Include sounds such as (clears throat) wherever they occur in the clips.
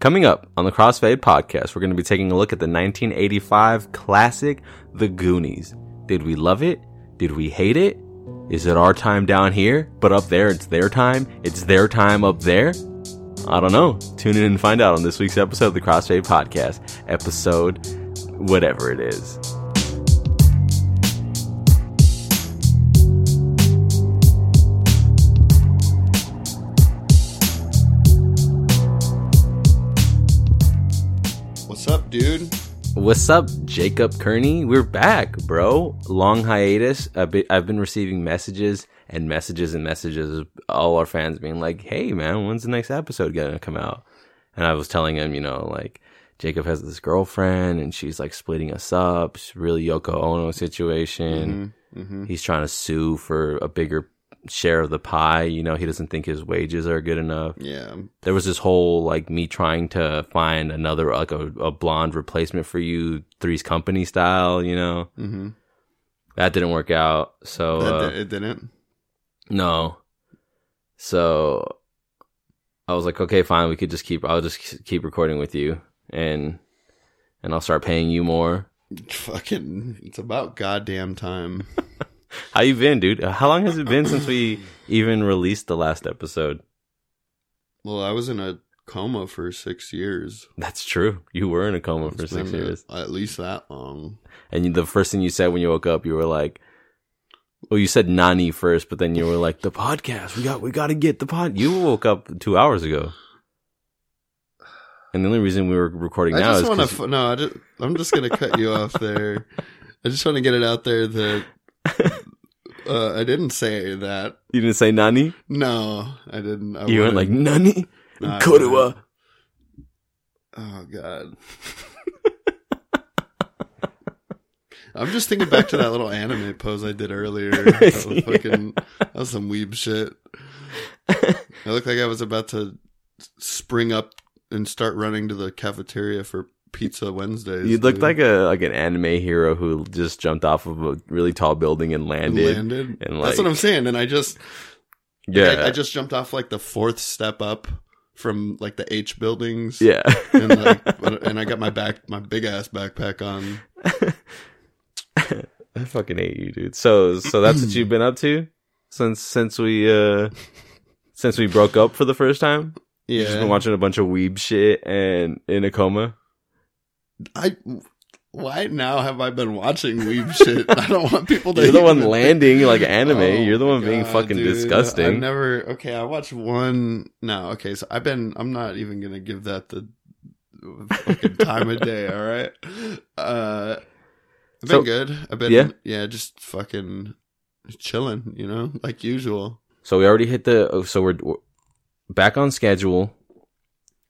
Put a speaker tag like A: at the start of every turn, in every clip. A: Coming up on the Crossfade podcast, we're going to be taking a look at the 1985 classic The Goonies. Did we love it? Did we hate it? Is it our time down here, but up there it's their time? It's their time up there? I don't know. Tune in and find out on this week's episode of the Crossfade podcast, episode whatever it is.
B: What's up, dude?
A: What's up, Jacob Kearney? We're back, bro. Long hiatus. I've been, I've been receiving messages and messages and messages of all our fans being like, hey, man, when's the next episode going to come out? And I was telling him, you know, like, Jacob has this girlfriend and she's like splitting us up. It's really Yoko Ono situation.
B: Mm-hmm.
A: He's trying to sue for a bigger share of the pie. You know, he doesn't think his wages are good enough
B: Yeah.
A: there was this whole like me trying to find another like a, a blonde replacement for you three's company style you know
B: Mm-hmm.
A: that didn't work out
B: Oh,
A: so uh,
B: it didn't.
A: no so i was like okay fine we could just keep i'll just keep recording with you and and i'll start paying you more
B: (laughs) Fucking, it's about
A: (laughs)
B: goddamn time.
A: how you been dude how long has it been since
B: (clears throat)
A: we even released the last episode
B: Well, I was in a coma for six years.
A: that's true you were in a coma for
B: It's
A: six
B: been, uh,
A: years
B: At least that long.
A: And you, the first thing you said when you woke up, you were like, "Well, you said Nani first, but then you were like, "The podcast. We got. We got to get the pod." You woke up two hours ago, and the only reason we were recording
B: I
A: now
B: just
A: is
B: want to.
A: 'cause-
B: F- no, I just, I'm just gonna cut you
A: (laughs)
B: off there. I just want to get it out there that uh, I didn't say that.
A: you didn't say Nani.
B: No, I didn't. I
A: you went
B: wouldn't.
A: like Nani (laughs)
B: No, I
A: Kodowa.
B: wouldn't. Ah, Oh god. (laughs) I'm just thinking back to that little anime pose I
A: (laughs)
B: did earlier. That was,
A: Yeah.
B: fucking, that was some weeb shit. I looked like I was about to spring up and start running to the cafeteria for pizza Wednesdays.
A: You looked
B: dude.
A: like a like an anime hero who just jumped off of a really tall building and
B: And
A: landed.
B: landed.
A: and,
B: That's
A: like-
B: what I'm saying. And I just,
A: Yeah,
B: I, I just jumped off like the fourth step up from like the H buildings.
A: yeah. (laughs)
B: and like, and I got my back, my big ass backpack on.
A: I fucking hate you, dude. So so that's what you've been up to since since we uh since we broke up for the first time.
B: Yeah,
A: You've just been watching a bunch of weeb shit and in a coma.
B: I why now have I been watching weeb (laughs) shit? I don't want people to.
A: You're the one
B: even-
A: landing
B: (laughs)
A: like anime.
B: Oh
A: You're the
B: my
A: one being
B: God,
A: fucking
B: dude. I've
A: disgusting.
B: never. Okay, I watched one. No, okay, so I've been. I'm not even gonna give that the fucking time of day.
A: (laughs)
B: All right. Uh, I've been
A: So-
B: good. I've been
A: Yeah?
B: yeah, just fucking chilling. You know, like usual.
A: so we already hit the. oh, So we're, we're back on schedule.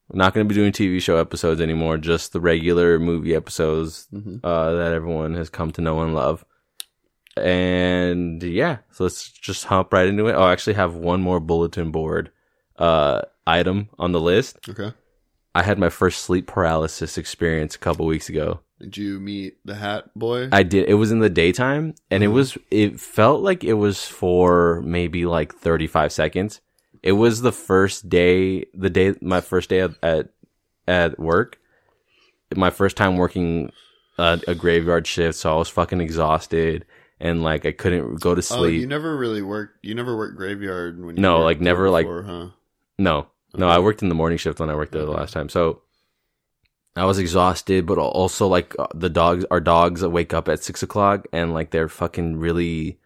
A: We're not going to be doing TV show episodes anymore. Just the regular movie episodes
B: Mm-hmm.
A: uh, that everyone has come to know and love. And yeah, so let's just hop right into it. I'll actually have one more bulletin board uh, item on the list.
B: Okay.
A: I had my first sleep paralysis experience a couple weeks ago.
B: Did you meet the Hat Boy?
A: I did. It was in the daytime, and it was. It felt like it was for maybe like thirty five seconds. It was the first day, the day my first day at at, at work, my first time working a, a graveyard shift. So I was fucking exhausted, and like I couldn't go to
B: oh,
A: sleep.
B: you never really worked. You never worked graveyard when you
A: No,
B: worked
A: like, never,
B: there
A: like-
B: before, huh?
A: No, no,
B: Okay.
A: I worked in the morning shift when I worked there the
B: Okay.
A: last time. So I was exhausted, but al- also like uh, the dogs, our dogs that wake up at six o'clock and like they're fucking really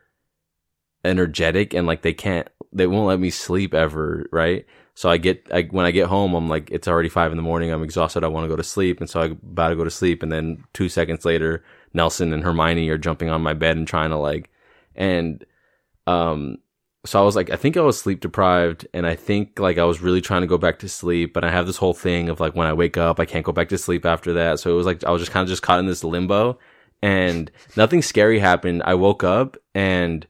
A: energetic and like they can't, they won't let me sleep ever, right? So I get, I, when I get home, I'm like, it's already five in the morning. I'm exhausted. I want to go to sleep. And so I'm about to go to sleep. And then two seconds later, Nelson and Hermione are jumping on my bed and trying to like, and, um, so I was like, I think I was sleep deprived, and I think like I was really trying to go back to sleep, but I have this whole thing of like when I wake up, I can't go back to sleep after that. So it was like I was just kind of just caught in this limbo, and nothing scary happened. I woke up and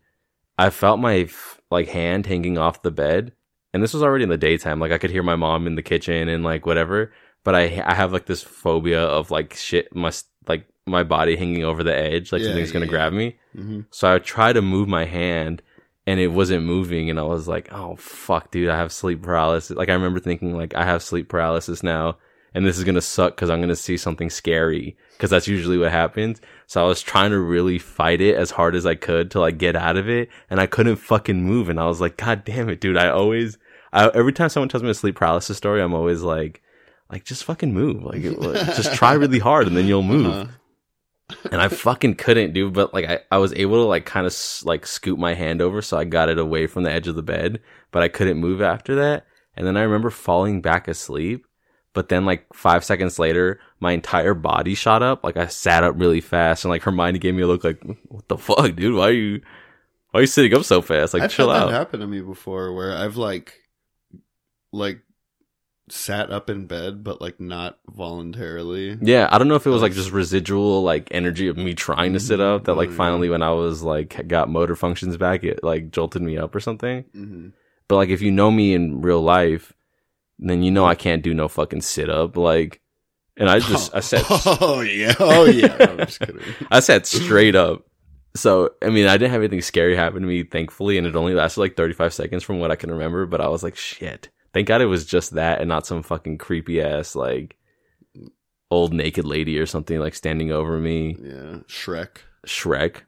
A: I felt my f- like hand hanging off the bed, and this was already in the daytime. Like I could hear my mom in the kitchen and like whatever, but I I have like this phobia of like shit must like my body hanging over the edge, like
B: Yeah,
A: something's gonna
B: yeah, yeah.
A: grab me.
B: Mm-hmm.
A: So I tried to move my hand and it wasn't moving and I was like, "Oh fuck, dude, I have sleep paralysis." Like I remember thinking like I have sleep paralysis now and this is gonna suck because I'm gonna see something scary because that's usually what happens. So I was trying to really fight it as hard as I could to like get out of it, and I couldn't fucking move. And I was like, God damn it, dude! I always, I, every time someone tells me a sleep paralysis story, I'm always like, like just fucking move, like, (laughs) it- like, just try really hard, and then you'll move.
B: Uh-huh.
A: And I fucking couldn't, dude. But like, I, I was able to like kind of s- like scoot my hand over, so I got it away from the edge of the bed, but I couldn't move after that. And then I remember falling back asleep. But then, like five seconds later, my entire body shot up. Like I sat up really fast, and like Hermione gave me a look, like "Mm, "What the fuck, dude? Why are you, why are you sitting up so fast? Like
B: I've
A: chill
B: had
A: out."
B: that happen to me before, where I've like, like, sat up in bed, but like not voluntarily.
A: Yeah, I don't know if it was like just residual like energy of me trying to sit up that like
B: Mhm.
A: finally when I was like got motor functions back, it like jolted me up or something.
B: hmm
A: But like if you know me in real life, then you know I can't do no fucking sit up. Like, and I just I sat
B: (laughs) oh yeah, oh yeah. No, I'm just kidding.
A: (laughs) I sat straight up. So I mean I didn't have anything scary happen to me thankfully, and it only lasted like 35 seconds from what I can remember. But I was like shit. Thank God it was just that and not some fucking creepy ass like old naked lady or something like standing over me.
B: Yeah, Shrek.
A: Shrek.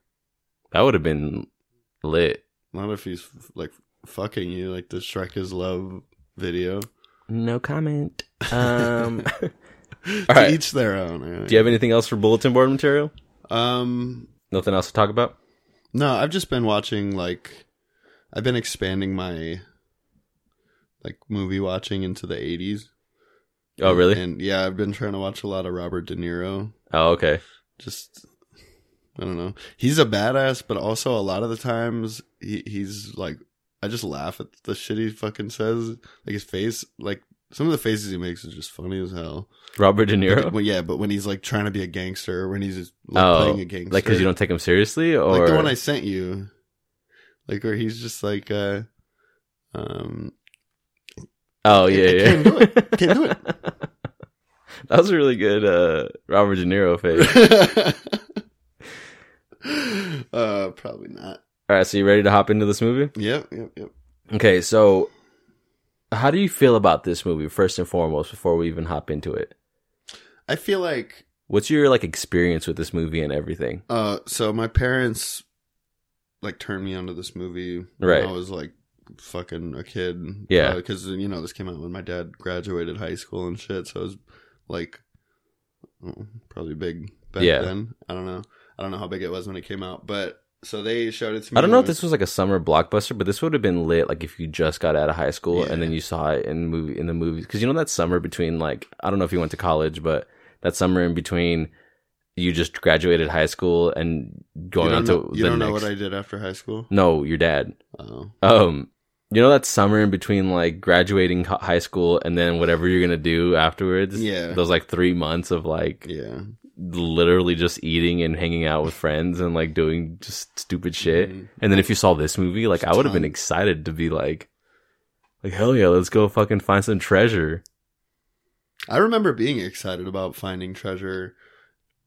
A: That would have been lit.
B: Not if he's like fucking you, like the Shrek is love video.
A: No (laughs) comment. Um,
B: to
A: right.
B: each their own. I
A: do you have anything else for bulletin board material?
B: Um,
A: Nothing else to talk about?
B: no, I've just been watching like I've been expanding my like movie watching into the 80s.
A: Oh, really?
B: And yeah, I've been trying to watch a lot of Robert De Niro.
A: Oh, okay.
B: Just I don't know. He's a badass, but also a lot of the times he he's like I just laugh at the shit he fucking says. Like his face, like some of the faces he makes is just funny as hell.
A: Robert De Niro?
B: Well, yeah, but when he's like trying to be a gangster, when he's just, like,
A: Oh,
B: playing a gangster,
A: Like, because you don't take him seriously? Or
B: like the one I sent you, like where he's just like, uh, um,
A: Oh,
B: I-
A: yeah,
B: I
A: yeah.
B: can't do it. Can't do it.
A: (laughs) that was a really good uh, Robert De Niro face.
B: (laughs) uh, probably not.
A: All right, so you ready to hop into this movie?
B: Yep, yep, yep.
A: Okay, so how do you feel about this movie, first and foremost, before we even hop into it?
B: I feel like,
A: What's your, like, experience with this movie and everything?
B: uh, so my parents like turned me onto this movie
A: Right.
B: when I was like fucking a kid.
A: Yeah.
B: because you know this came out when my dad graduated high school and shit, so it was like oh, probably big back
A: Yeah.
B: then. I don't know. I don't know how big it was when it came out, but so they showed it to me.
A: I don't know if
B: when-
A: this was like a summer blockbuster, but this would have been lit like if you just got out of high school
B: Yeah.
A: and then you saw it in movie in the movies because you know that summer between like I don't know if you went to college, but that summer in between you just graduated high school and
B: You
A: going
B: don't
A: on to
B: know- You
A: the
B: don't
A: next.
B: know what I did after high school.
A: no, your dad.
B: Oh,
A: Um, you know that summer in between like graduating hi- high school and then whatever you're gonna do afterwards.
B: Yeah.
A: those like three months of like
B: yeah.
A: literally just eating and hanging out with friends and like doing just stupid shit.
B: Mhm.
A: And then if you saw this movie, like I would have been
B: Ton.
A: excited to be like, like hell yeah, let's go fucking find some treasure.
B: I remember being excited about finding treasure,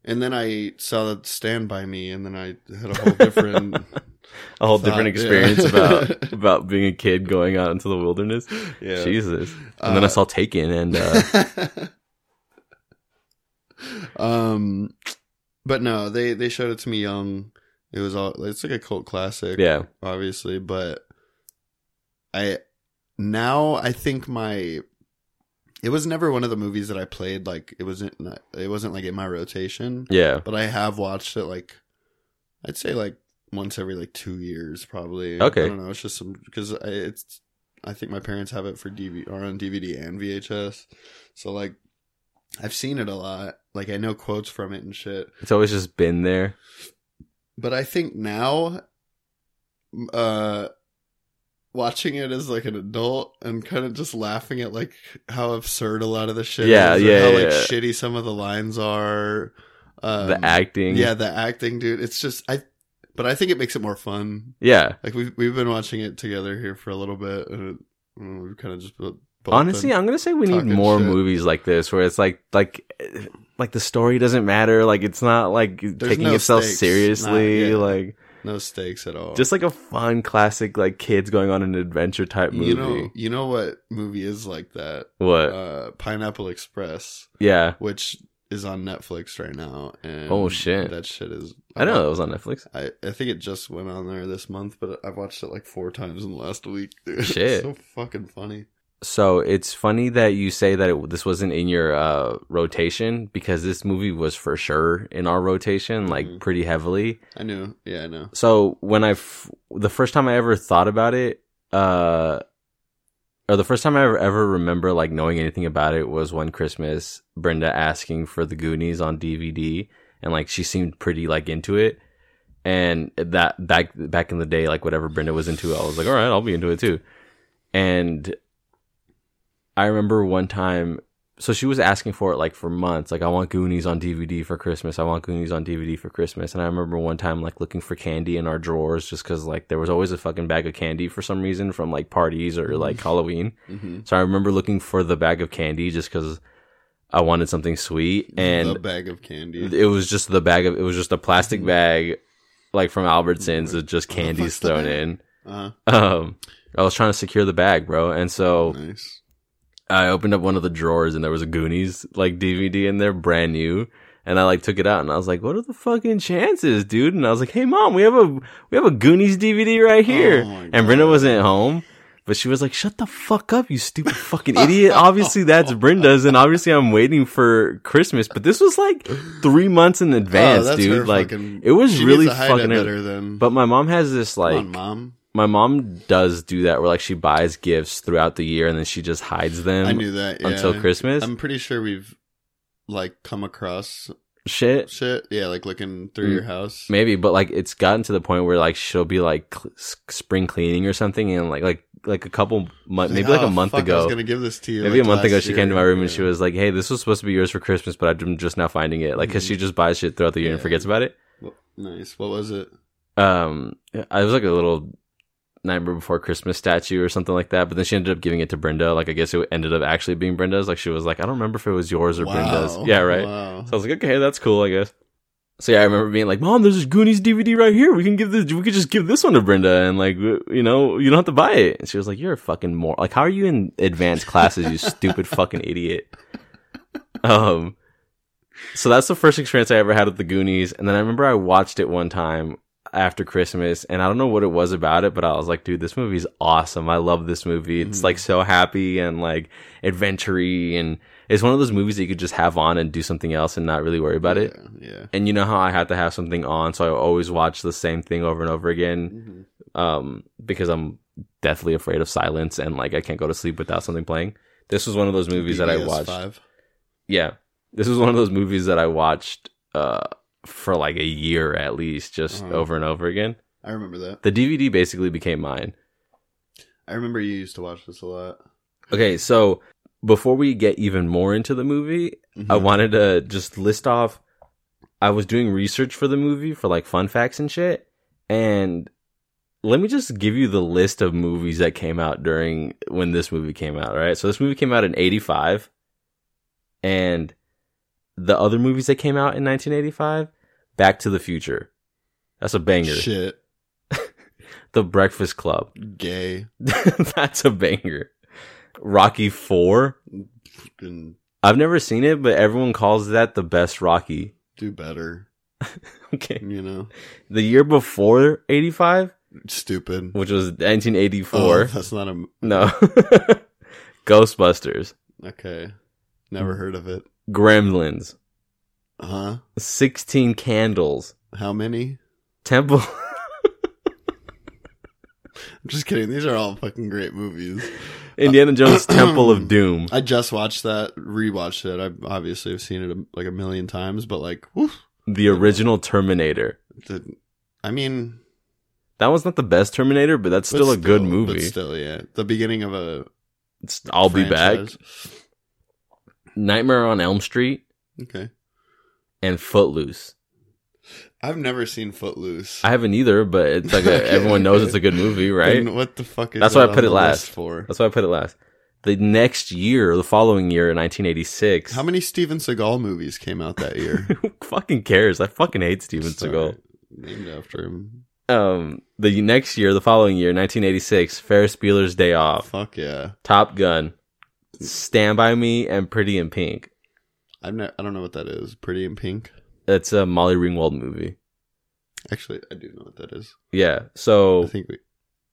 B: and then I saw that Stand by Me, and then I had a whole different.
A: A (laughs) whole
B: Thought,
A: different
B: yeah.
A: experience
B: (laughs)
A: about about being a kid going out into the wilderness.
B: yeah.
A: Jesus. And then I
B: Uh,
A: saw Taken and
B: (laughs)
A: uh
B: um, but no, they they showed it to me young. It was all it's like a cult classic,
A: yeah.
B: obviously. But I now I think my it was never one of the movies that I played. Like it wasn't it wasn't like in my rotation,
A: Yeah.
B: but I have watched it like I'd say like once every like two years probably.
A: Okay.
B: I don't know. It's just some because it's I think my parents have it for DVD or on DVD and VHS, so like I've seen it a lot. Like I know quotes from it and shit.
A: It's always just been there.
B: But I think now, uh, watching it as like an adult and kind of just laughing at like how absurd a lot of the shit
A: Yeah,
B: is, or
A: yeah,
B: how
A: yeah,
B: like
A: yeah.
B: shitty some of the lines are. Um,
A: the acting.
B: yeah, the acting, dude. It's just I, but I think it makes it more fun.
A: Yeah.
B: Like we've we've been watching it together here for a little bit, and it, mm, we've kind of just both both
A: Honestly,
B: been-
A: I'm gonna say we need
B: talking
A: more
B: shit.
A: movies like this where it's like like eh, like the story doesn't matter, like it's not like taking
B: no
A: itself
B: stakes.
A: seriously,
B: Nah, yeah.
A: like
B: No stakes at all.
A: Just like a fun classic, like kids going on an adventure type movie.
B: you know, you know what movie is like that?
A: what?
B: Uh, Pineapple Express,
A: yeah,
B: which is on Netflix right now. And
A: Oh, shit.
B: that shit is. uh,
A: I know that was on Netflix.
B: I, I think it just went on there this month, but I've watched it like four times in the last week. (laughs) Dude. It's
A: Shit.
B: so fucking funny.
A: So it's funny that you say that it, this wasn't in your uh, rotation because this movie was for sure in our rotation, like
B: Mhm.
A: pretty heavily.
B: I knew. Yeah, I know.
A: So when I f- the first time I ever thought about it, uh, or the first time I ever ever remember like knowing anything about it was one Christmas, Brenda asking for the Goonies on DVD, and like she seemed pretty like into it. And that back back in the day, like whatever Brenda was into, I was like, all right, I'll be into it too. And I remember one time, so she was asking for it like for months. Like, I want Goonies on DVD for Christmas. I want Goonies on DVD for Christmas. And I remember one time like looking for candy in our drawers just because like there was always a fucking bag of candy for some reason from like parties or like Halloween.
B: Mm-hmm.
A: So I remember looking for the bag of candy just because I wanted something sweet,
B: the
A: and
B: bag of candy.
A: it was just the bag of it was just a plastic bag, like from Albertsons, with just
B: Mm-hmm. What the
A: candies
B: fuck's the
A: thrown
B: bag?
A: in.
B: Uh,
A: Um, I was trying to secure the bag, bro, and so
B: nice.
A: I opened up one of the drawers and there was a Goonies like DVD in there, brand new. And I like took it out and I was like, "What are the fucking chances, dude?" And I was like, "Hey, mom, we have a we have a Goonies DVD right here."
B: Oh my
A: and Brenda
B: God.
A: wasn't at home, but she was like, "Shut the fuck up, you stupid fucking
B: (laughs)
A: idiot!" obviously, that's Brenda's, and obviously, I'm waiting for Christmas. But this was like three months in advance,
B: Oh, that's her
A: dude. Like,
B: fucking-
A: it was
B: she
A: really
B: needs to hide it
A: fucking.
B: better than.
A: But my mom has this
B: Come
A: like
B: on, mom.
A: my mom does do that where like she buys gifts throughout the year and then she just hides them
B: I knew that. Yeah.
A: um, until Christmas.
B: I'm pretty sure we've like come across
A: Shit,
B: shit. Yeah, like looking through
A: Mm.
B: your house.
A: maybe, but like it's gotten to the point where like she'll be like cl- s- spring cleaning or something, and like like like a couple months, maybe like
B: "Oh,
A: a month
B: fuck, I was
A: ago.
B: gonna give this to you.
A: Maybe
B: like,
A: a month ago,
B: last
A: she came to my
B: year.
A: room and
B: Yeah.
A: she was like, "Hey, this was supposed to be yours for Christmas, but I'm just now finding it." Like, cause
B: Mhm.
A: she just buys shit throughout the year and
B: Yeah.
A: forgets about it.
B: Well, nice. What was it?
A: Um, I was like a little Nightmare Before Christmas statue or something like that. But then she ended up giving it to Brenda. Like, I guess it ended up actually being Brenda's. Like, she was like, "I don't remember if it was yours or Brenda's." Yeah, right.
B: Wow.
A: So I was like, "Okay, that's cool, I guess." So yeah, I remember being like, "Mom, there's this Goonies DVD right here. We can give this. We could just give this one to Brenda, and like, w- you know, you don't have to buy it." And she was like, "You're a fucking moron. Like, how are you in advanced classes? You stupid fucking idiot." Um, so that's the first experience I ever had with the Goonies, and then I remember I watched it one time after Christmas, and I don't know what it was about it, but I was like, "Dude, this movie's awesome. I love this movie. It's
B: Mhm.
A: like so happy and like adventure-y, and it's one of those movies that you could just have on and do something else and not really worry about it."
B: Yeah. yeah.
A: and you know how I had to have something on, so I always watch the same thing over and over again
B: Mhm.
A: um, because I'm deathly afraid of silence and like I can't go to sleep without something playing. This was one of those movies that I
B: BBS
A: watched.
B: Five.
A: Yeah, this was one of those movies that I watched uh, for like a year at least, just
B: Uh-huh.
A: over and over again.
B: I remember that.
A: The DVD basically became mine.
B: I remember you used to watch this a lot.
A: Okay, so before we get even more into the movie, I wanted to just list off. I was doing research for the movie for like fun facts and shit, and let me just give you the list of movies that came out during when this movie came out. Right, so this movie came out in '85, and the other movies that came out in 1985, Back to the Future, that's a banger.
B: Mm-hmm. Shit.
A: The Breakfast Club, (laughs)
B: Gay.
A: that's a banger. Rocky Four,
B: Can
A: I've never seen it, but everyone calls that the best Rocky. (laughs)
B: do better.
A: Okay.
B: You know?
A: the year before 85
B: Stupid.
A: which was
B: Oh,
A: 1984
B: that's not a.
A: no (laughs) ghostbusters
B: Okay.
A: Hmm.
B: Never heard of it.
A: gremlins
B: Huh?
A: 16 candles
B: How many?
A: temple (laughs)
B: I'm just kidding. These are all fucking great movies.
A: indiana
B: (clears throat)
A: jones temple of doom
B: I just watched that, rewatched it. I obviously have seen it like a million times, but like, woof.
A: the original terminator
B: The- I mean,
A: that one's not the best terminator but that's
B: but
A: still a good
B: but
A: movie
B: still, yeah, the beginning of a.
A: It's- i'll be back
B: franchise.
A: nightmare on elm street
B: Okay,
A: and footloose
B: I've never seen Footloose.
A: i haven't either but it's like a,
B: (laughs) Okay,
A: everyone knows
B: okay.
A: it's a good movie right
B: Then what the fuck? Is
A: That's why
B: that
A: I put
B: on
A: it
B: the list
A: last.
B: for.
A: that's why i put it last the next year the following year in 1986
B: How many Steven
A: (laughs)
B: Seagal movies came out that year?
A: Who fucking cares? I fucking hate Steven
B: Sorry.
A: Seagal.
B: named after him.
A: um, the next year, the following year, 1986, Ferris Bueller's Day Off,
B: Fuck yeah.
A: Top Gun, Stand by Me, and Pretty in Pink.
B: I've ne- I don't know what that is. Pretty in Pink.
A: That's a Molly Ringwald movie.
B: Actually, I do know what that is.
A: Yeah.
B: I
A: So
B: think we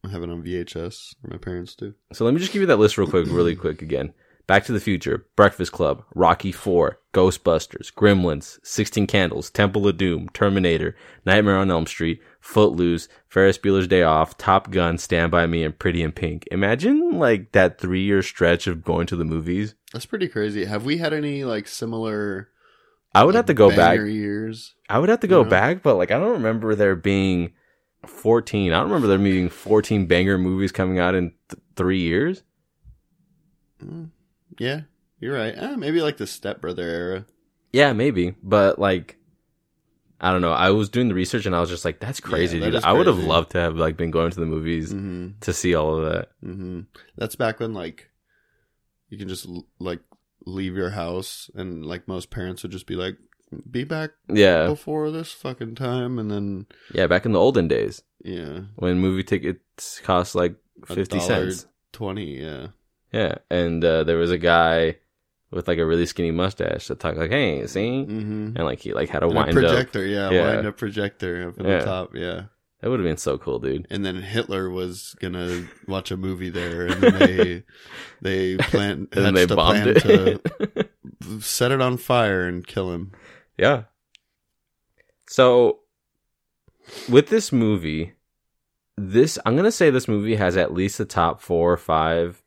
B: I have it on VHS. Or my parents do.
A: so let me just give you that list real quick, really quick again. Back to the Future, Breakfast Club, Rocky Four, Ghostbusters, Gremlins, Sixteen Candles, Temple of Doom, Terminator, Nightmare on Elm Street, Footloose, Ferris Bueller's Day Off, Top Gun, Stand by Me, and Pretty in Pink. Imagine like that three year stretch of going to the movies.
B: That's pretty crazy. Have we had any like similar?
A: I would have to go back.
B: years.
A: I would have to go
B: You know?
A: back, but like I don't remember there being 14. I don't remember there being 14 banger movies coming out in th- three years.
B: Mm, Yeah, you're right. Eh, maybe like the Step Brother era.
A: Yeah, maybe, but like I don't know. I was doing the research and I was just like, that's crazy,
B: that
A: dude.
B: is
A: I would have
B: crazy.
A: loved to have like been going to the movies
B: Mm-hmm.
A: to see all of that.
B: Mm-hmm. That's back when like you can just l- like leave your house and like most parents would just be like, "Be back
A: Yeah,
B: before this fucking time," and then
A: yeah. Back in the olden days
B: yeah,
A: when movie tickets cost like
B: A
A: 50
B: dollar.
A: cents.
B: twenty, yeah,
A: Yeah, and uh, there was a guy with like a really skinny mustache that talked like, "Hey, see,"
B: mm-hmm.
A: and like he like had a
B: And a
A: wind up.
B: projector, yeah,
A: Yeah.
B: wind up projector up in
A: Yeah.
B: the top, yeah.
A: That would have been so cool, dude.
B: And then Hitler was gonna watch a movie there, and then
A: (laughs)
B: they they plan
A: and then they
B: hatched a
A: bombed
B: plan
A: it. (laughs)
B: to set it on fire and kill him.
A: yeah. So with this movie, this I'm gonna say this movie has at least the top four or five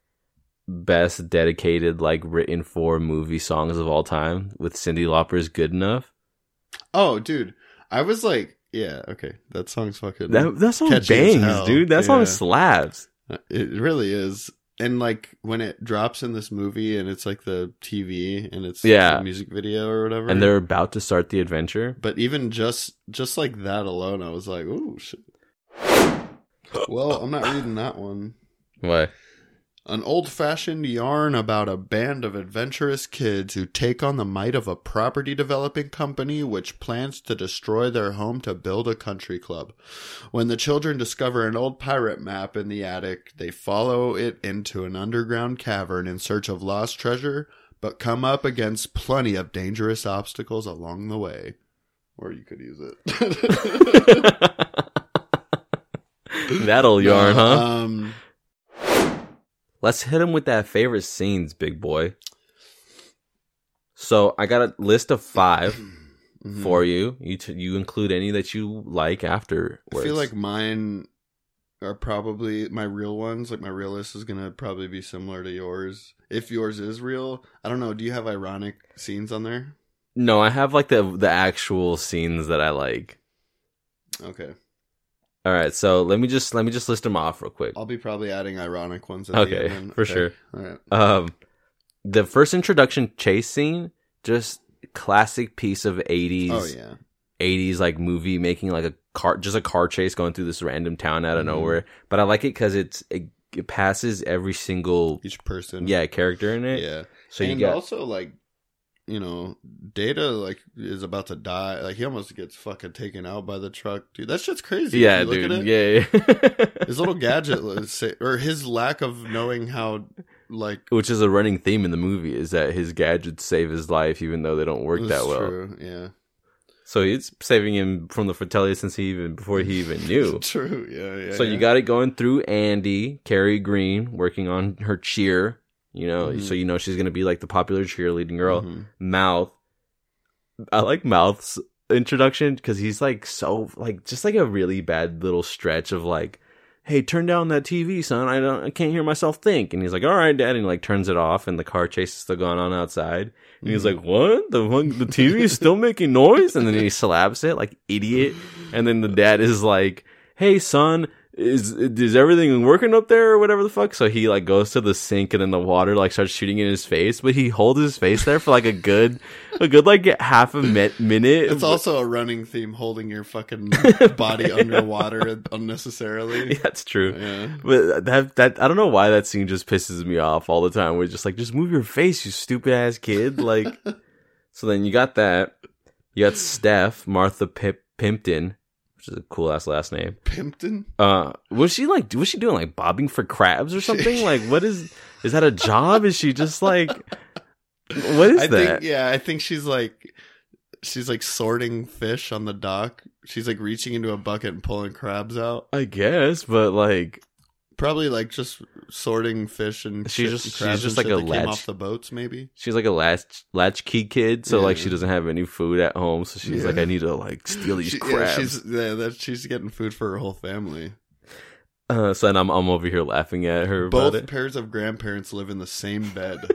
A: best dedicated like written for movie songs of all time with Cindy Lauper's "Good Enough."
B: Oh, dude, I was like, yeah, okay, that song's fucking.
A: That that song
B: Catchy as
A: bangs,
B: hell,
A: dude. That
B: yeah.
A: song slaps.
B: uh, It really is. And like when it drops in this movie and it's like the TV and it's
A: Yeah.
B: the music video or whatever.
A: And they're about to start the adventure.
B: but even just just like that alone, I was like, ooh shit. Well, I'm not reading that one.
A: What?
B: An old fashioned yarn about a band of adventurous kids who take on the might of a property developing company which plans to destroy their home to build a country club. When the children discover an old pirate map in the attic, they follow it into an underground cavern in search of lost treasure, but come up against plenty of dangerous obstacles along the way. Or you could use it.
A: (laughs)
B: (laughs)
A: That'll yarn, huh?
B: Um,
A: Let's hit him with that favorite scenes, big boy. So I got a list of
B: (clears throat)
A: five
B: mhm.
A: for you. You t- you include any that you like afterwards.
B: I feel like mine are probably my real ones. Like my real list is gonna probably be similar to yours. If yours is real, I don't know. Do you have ironic scenes on there?
A: no, I have like the the actual scenes that I like.
B: Okay,
A: All right, so let me just let me just list them off real quick.
B: I'll be probably adding ironic ones. At the
A: Okay,
B: end then.
A: for sure.
B: All right.
A: Um, the first introduction chase scene, just classic piece of eighties
B: Oh yeah.
A: 80s like movie making like a car just a car chase going through this random town out of
B: Mhm.
A: nowhere but i like it because it's it, it passes every single
B: Each person.
A: yeah character in it
B: Yeah.
A: so you
B: and
A: got
B: also like, you know, Data like is about to die. Like he almost gets fucking taken out by the truck, dude. That shit's crazy.
A: yeah
B: You look at
A: dude
B: it.
A: yeah, yeah. (laughs)
B: His little gadget, let's say- or his lack of knowing how, like.
A: which is a running theme in the movie is that his gadgets save his life even though they don't work
B: That's
A: that well
B: True. Yeah.
A: so it's saving him from the fatality since he even before he even knew
B: (laughs) True. Yeah. yeah
A: so you
B: yeah.
A: got it going through Andy, Carrie Green working on her cheer, you know,
B: Mhm.
A: so you know she's going to be like the popular cheerleading girl.
B: Mhm.
A: Mouth. I like Mouth's introduction because he's like so like just like a really bad little stretch of like, hey, turn down that TV, son. I don't, I can't hear myself think. And he's like, all right, dad, and he like turns it off, and the car chase is still going on outside. And he's like, what? The fuck- the TV is still making noise, and then he slaps it like idiot. And then the dad is like, hey, son. Is is everything working up there or whatever the fuck? So he like goes to the sink and then the water like starts shooting in his face, but he holds his face there for like a good, a good like half a mi- minute.
B: It's also a running theme holding
A: (laughs)
B: your fucking body underwater unnecessarily.
A: yeah, (laughs) that's true.
B: Yeah.
A: But that that I don't know why that scene just pisses me off all the time. We're just like, just move your face, you stupid ass kid. Like, so then you got that. You got Steph Martha Pip- Pimpton, which is a cool ass last name.
B: Pimpton?
A: Uh, was she like? Was she doing like bobbing for crabs or something? like, what is? Is that a job? Is she just like? What is
B: I
A: that?
B: think yeah, I think she's like she's like sorting fish on the dock. She's like reaching into a bucket and pulling crabs out.
A: I guess, but like,
B: Probably like just sorting fish and
A: She's
B: shit-
A: just-
B: crabs
A: she's
B: and
A: just
B: shit
A: like a
B: that came
A: ledge.
B: off the boats maybe.
A: she's like a latch latchkey kid, so like
B: Yeah.
A: she doesn't have any food at home. So she's
B: Yeah.
A: like, I need to like steal these
B: She- yeah,
A: crabs.
B: she's yeah, that she's getting food for her whole family.
A: uh, so and I'm I'm over here laughing at her about
B: Both
A: it, (laughs)
B: pairs of grandparents live in the same bed.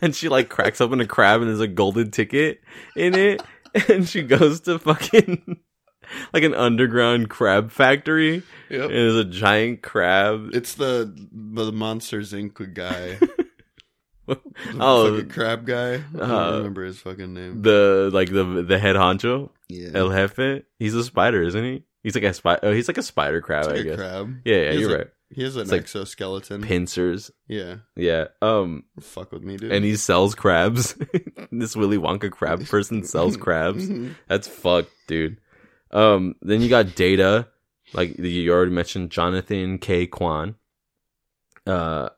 A: and she like cracks open a crab and there's a golden ticket in it, (laughs) and she goes to fucking (laughs) like an underground crab factory.
B: yep.
A: And there's a giant crab.
B: It's the the Monsters Inc.
A: (laughs)
B: guy. The
A: Oh.
B: fucking crab guy. I don't
A: Uh,
B: remember his fucking name.
A: The like the the head honcho
B: yeah,
A: El Jefe. He's a spider, isn't he? He's like a spider. Oh, he's like a spider crab,
B: It's like
A: I
B: a
A: guess.
B: crab.
A: Yeah, yeah,
B: He's
A: you're
B: like-
A: right.
B: He has an
A: It's like
B: exoskeleton.
A: Pincers.
B: Yeah,
A: Yeah. Um.
B: fuck with me, dude. (laughs)
A: And he sells crabs. (laughs) this Willy Wonka crab person sells crabs.
B: Mhm.
A: That's fucked, dude. Um. Then you got Data, like you already mentioned, Jonathan K. Kwan. Uh,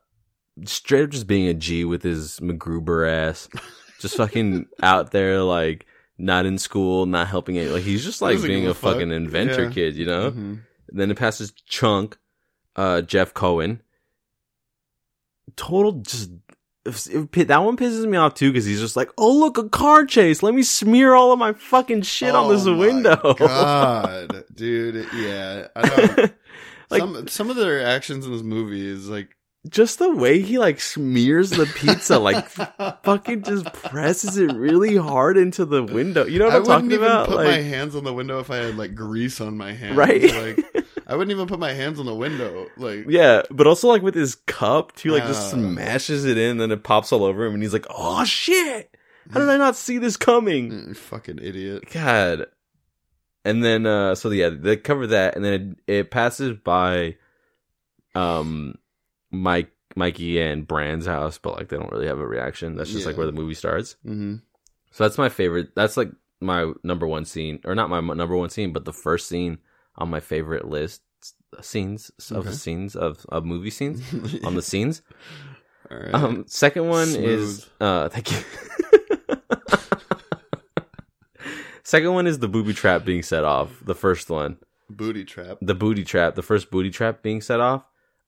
A: straight up just being a G with his MacGruber ass, just
B: (laughs)
A: fucking out there like not in school, not helping it. Like he's just like
B: Doesn't
A: being
B: give
A: a
B: a fuck.
A: fucking inventor
B: Yeah.
A: kid, you know.
B: Mhm.
A: Then it passes Chunk, uh, Jeff Cohen. Total just. It, pi- that one pisses me off too because he's just like, oh, look, a car chase. Let me smear all of my fucking shit on
B: Oh
A: this
B: my
A: window. (laughs)
B: God, dude. Yeah, I don't.
A: like,
B: some some of their actions in this movie is like
A: just the way he like smears the pizza,
B: (laughs)
A: like fucking just presses it really hard into the window. You know what
B: I
A: am talking
B: wouldn't even
A: about?
B: put my
A: Like,
B: hands on the window if I had like grease on my hands.
A: Right? (laughs)
B: Like I wouldn't even put my hands on the window. Like
A: yeah, but also like with his cup too, like just
B: Ah.
A: smashes it in, then it pops all over him, and he's like, oh shit. How did I not see this coming?
B: Mm, fucking idiot.
A: God. And then uh so yeah, they cover that and then it, it passes by um Mike Mikey and Brand's house, but like they don't really have a reaction. That's just like
B: Yeah.
A: where the movie starts.
B: hmm
A: So that's my favorite. That's like my number one scene or not my m- number one scene, but the first scene on my favorite list scenes of
B: Okay.
A: scenes of, of movie scenes (laughs)
B: (laughs)
A: on the scenes.
B: All right.
A: Um, second one is
B: Smooth.
A: uh, thank you. (laughs) second one is the booby trap being set off. The first one,
B: Booty trap.
A: the booty trap, the first booty trap being set off.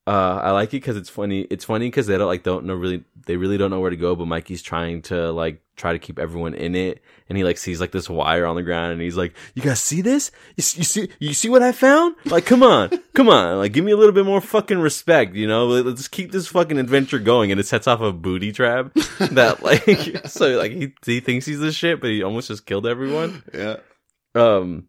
A: Uh, I like it because it's funny. It's funny because they don't like don't know really. They really don't know where to go. But Mikey's trying to like try to keep everyone in it, and he like sees like this wire on the ground, and he's like, "You guys see this? You, s- you see? You see what I found? Like, come on, come on! Like, give me a little bit more fucking respect, you know? Let- Let's keep this fucking adventure going." And it sets off a booty trap (laughs) that like (laughs)
B: (laughs)
A: so like he he thinks he's the shit, but he almost just killed everyone.
B: Yeah.
A: Um,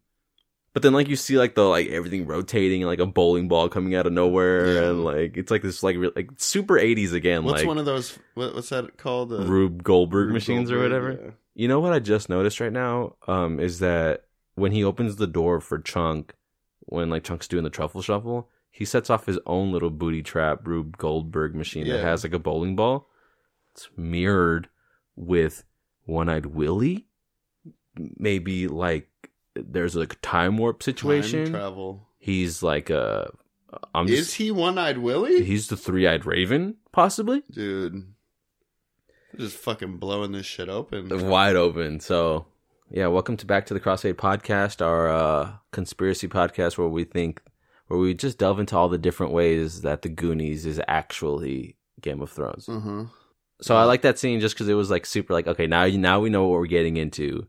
A: but then like you see like the like everything rotating and like a bowling ball coming out of nowhere
B: Yeah.
A: and like it's like this like re- like super eighties again
B: What's
A: like
B: one of those? What, what's that called? The
A: Rube Goldberg machines or
B: Goldberg,
A: whatever. You know what I just noticed right now? Um, is that when he opens the door for Chunk, when like Chunk's doing the truffle shuffle, he sets off his own little booty trap Rube Goldberg machine that
B: Yeah.
A: has like a bowling ball. It's mirrored with One Eyed Willie. Maybe like there's like a time warp
B: Time
A: situation.
B: travel.
A: he's like a. I'm
B: Is
A: just,
B: he one eyed Willie?
A: he's the three eyed raven, possibly?
B: Dude. Just fucking blowing this shit open.
A: wide open. So, yeah, welcome to back to the Crossfade Podcast, our uh, conspiracy podcast where we think, where we just delve into all the different ways that the Goonies is actually Game of Thrones.
B: Uh huh.
A: So I like that scene just because it was like super, like okay, now now we know what we're getting into.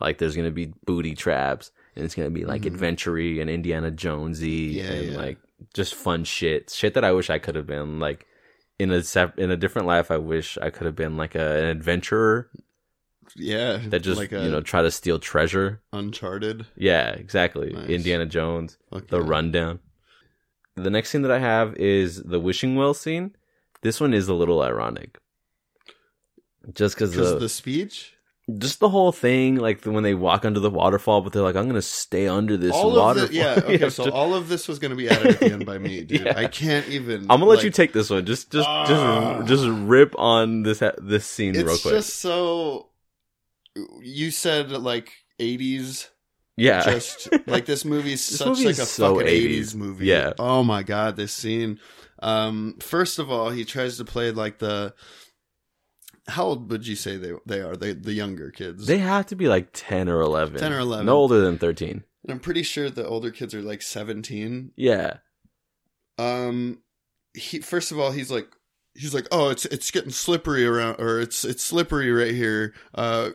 A: Like, there's gonna be booty traps, and it's gonna be like
B: Mhm.
A: adventure-y and Indiana Jonesy,
B: Yeah,
A: and
B: yeah.
A: like just fun shit, shit that I wish I could have been like. In a sep- in a different life, I wish I could have been like a, an adventurer
B: Yeah.
A: that just
B: like a
A: you know try to steal treasure.
B: Uncharted.
A: Yeah, exactly.
B: Nice.
A: Indiana Jones,
B: Fuck
A: the
B: yeah.
A: rundown. The next scene that I have is the wishing well scene. This one is a little ironic, just because
B: Because
A: the,
B: of the speech.
A: just the whole thing, like the, when they walk under the waterfall, but they're like, "I'm gonna stay under this
B: all
A: waterfall."
B: of
A: (laughs)
B: the, yeah. Okay. so
A: just-
B: all of this was going to be added at the end by me, dude.
A: (laughs) Yeah.
B: I can't even.
A: I'm gonna let you
B: like,
A: take this one. Just, just,
B: Ah.
A: just, just rip on this this scene
B: It's
A: real quick.
B: just so. You said like 80s
A: Yeah. (laughs)
B: Just like this movie's
A: This
B: such
A: movie
B: like
A: is
B: a
A: so
B: fucking
A: 80s.
B: 80s. movie.
A: Yeah.
B: Oh my god, this scene. Um, first of all, he tries to play like the. How old would you say they they are? They the younger kids.
A: they have to be like 10 or 11.
B: 10 or 11.
A: No older than 13.
B: and I'm pretty sure the older kids are like 17.
A: Yeah.
B: um he first of all he's like he's like oh it's it's getting slippery around or it's it's slippery right here uh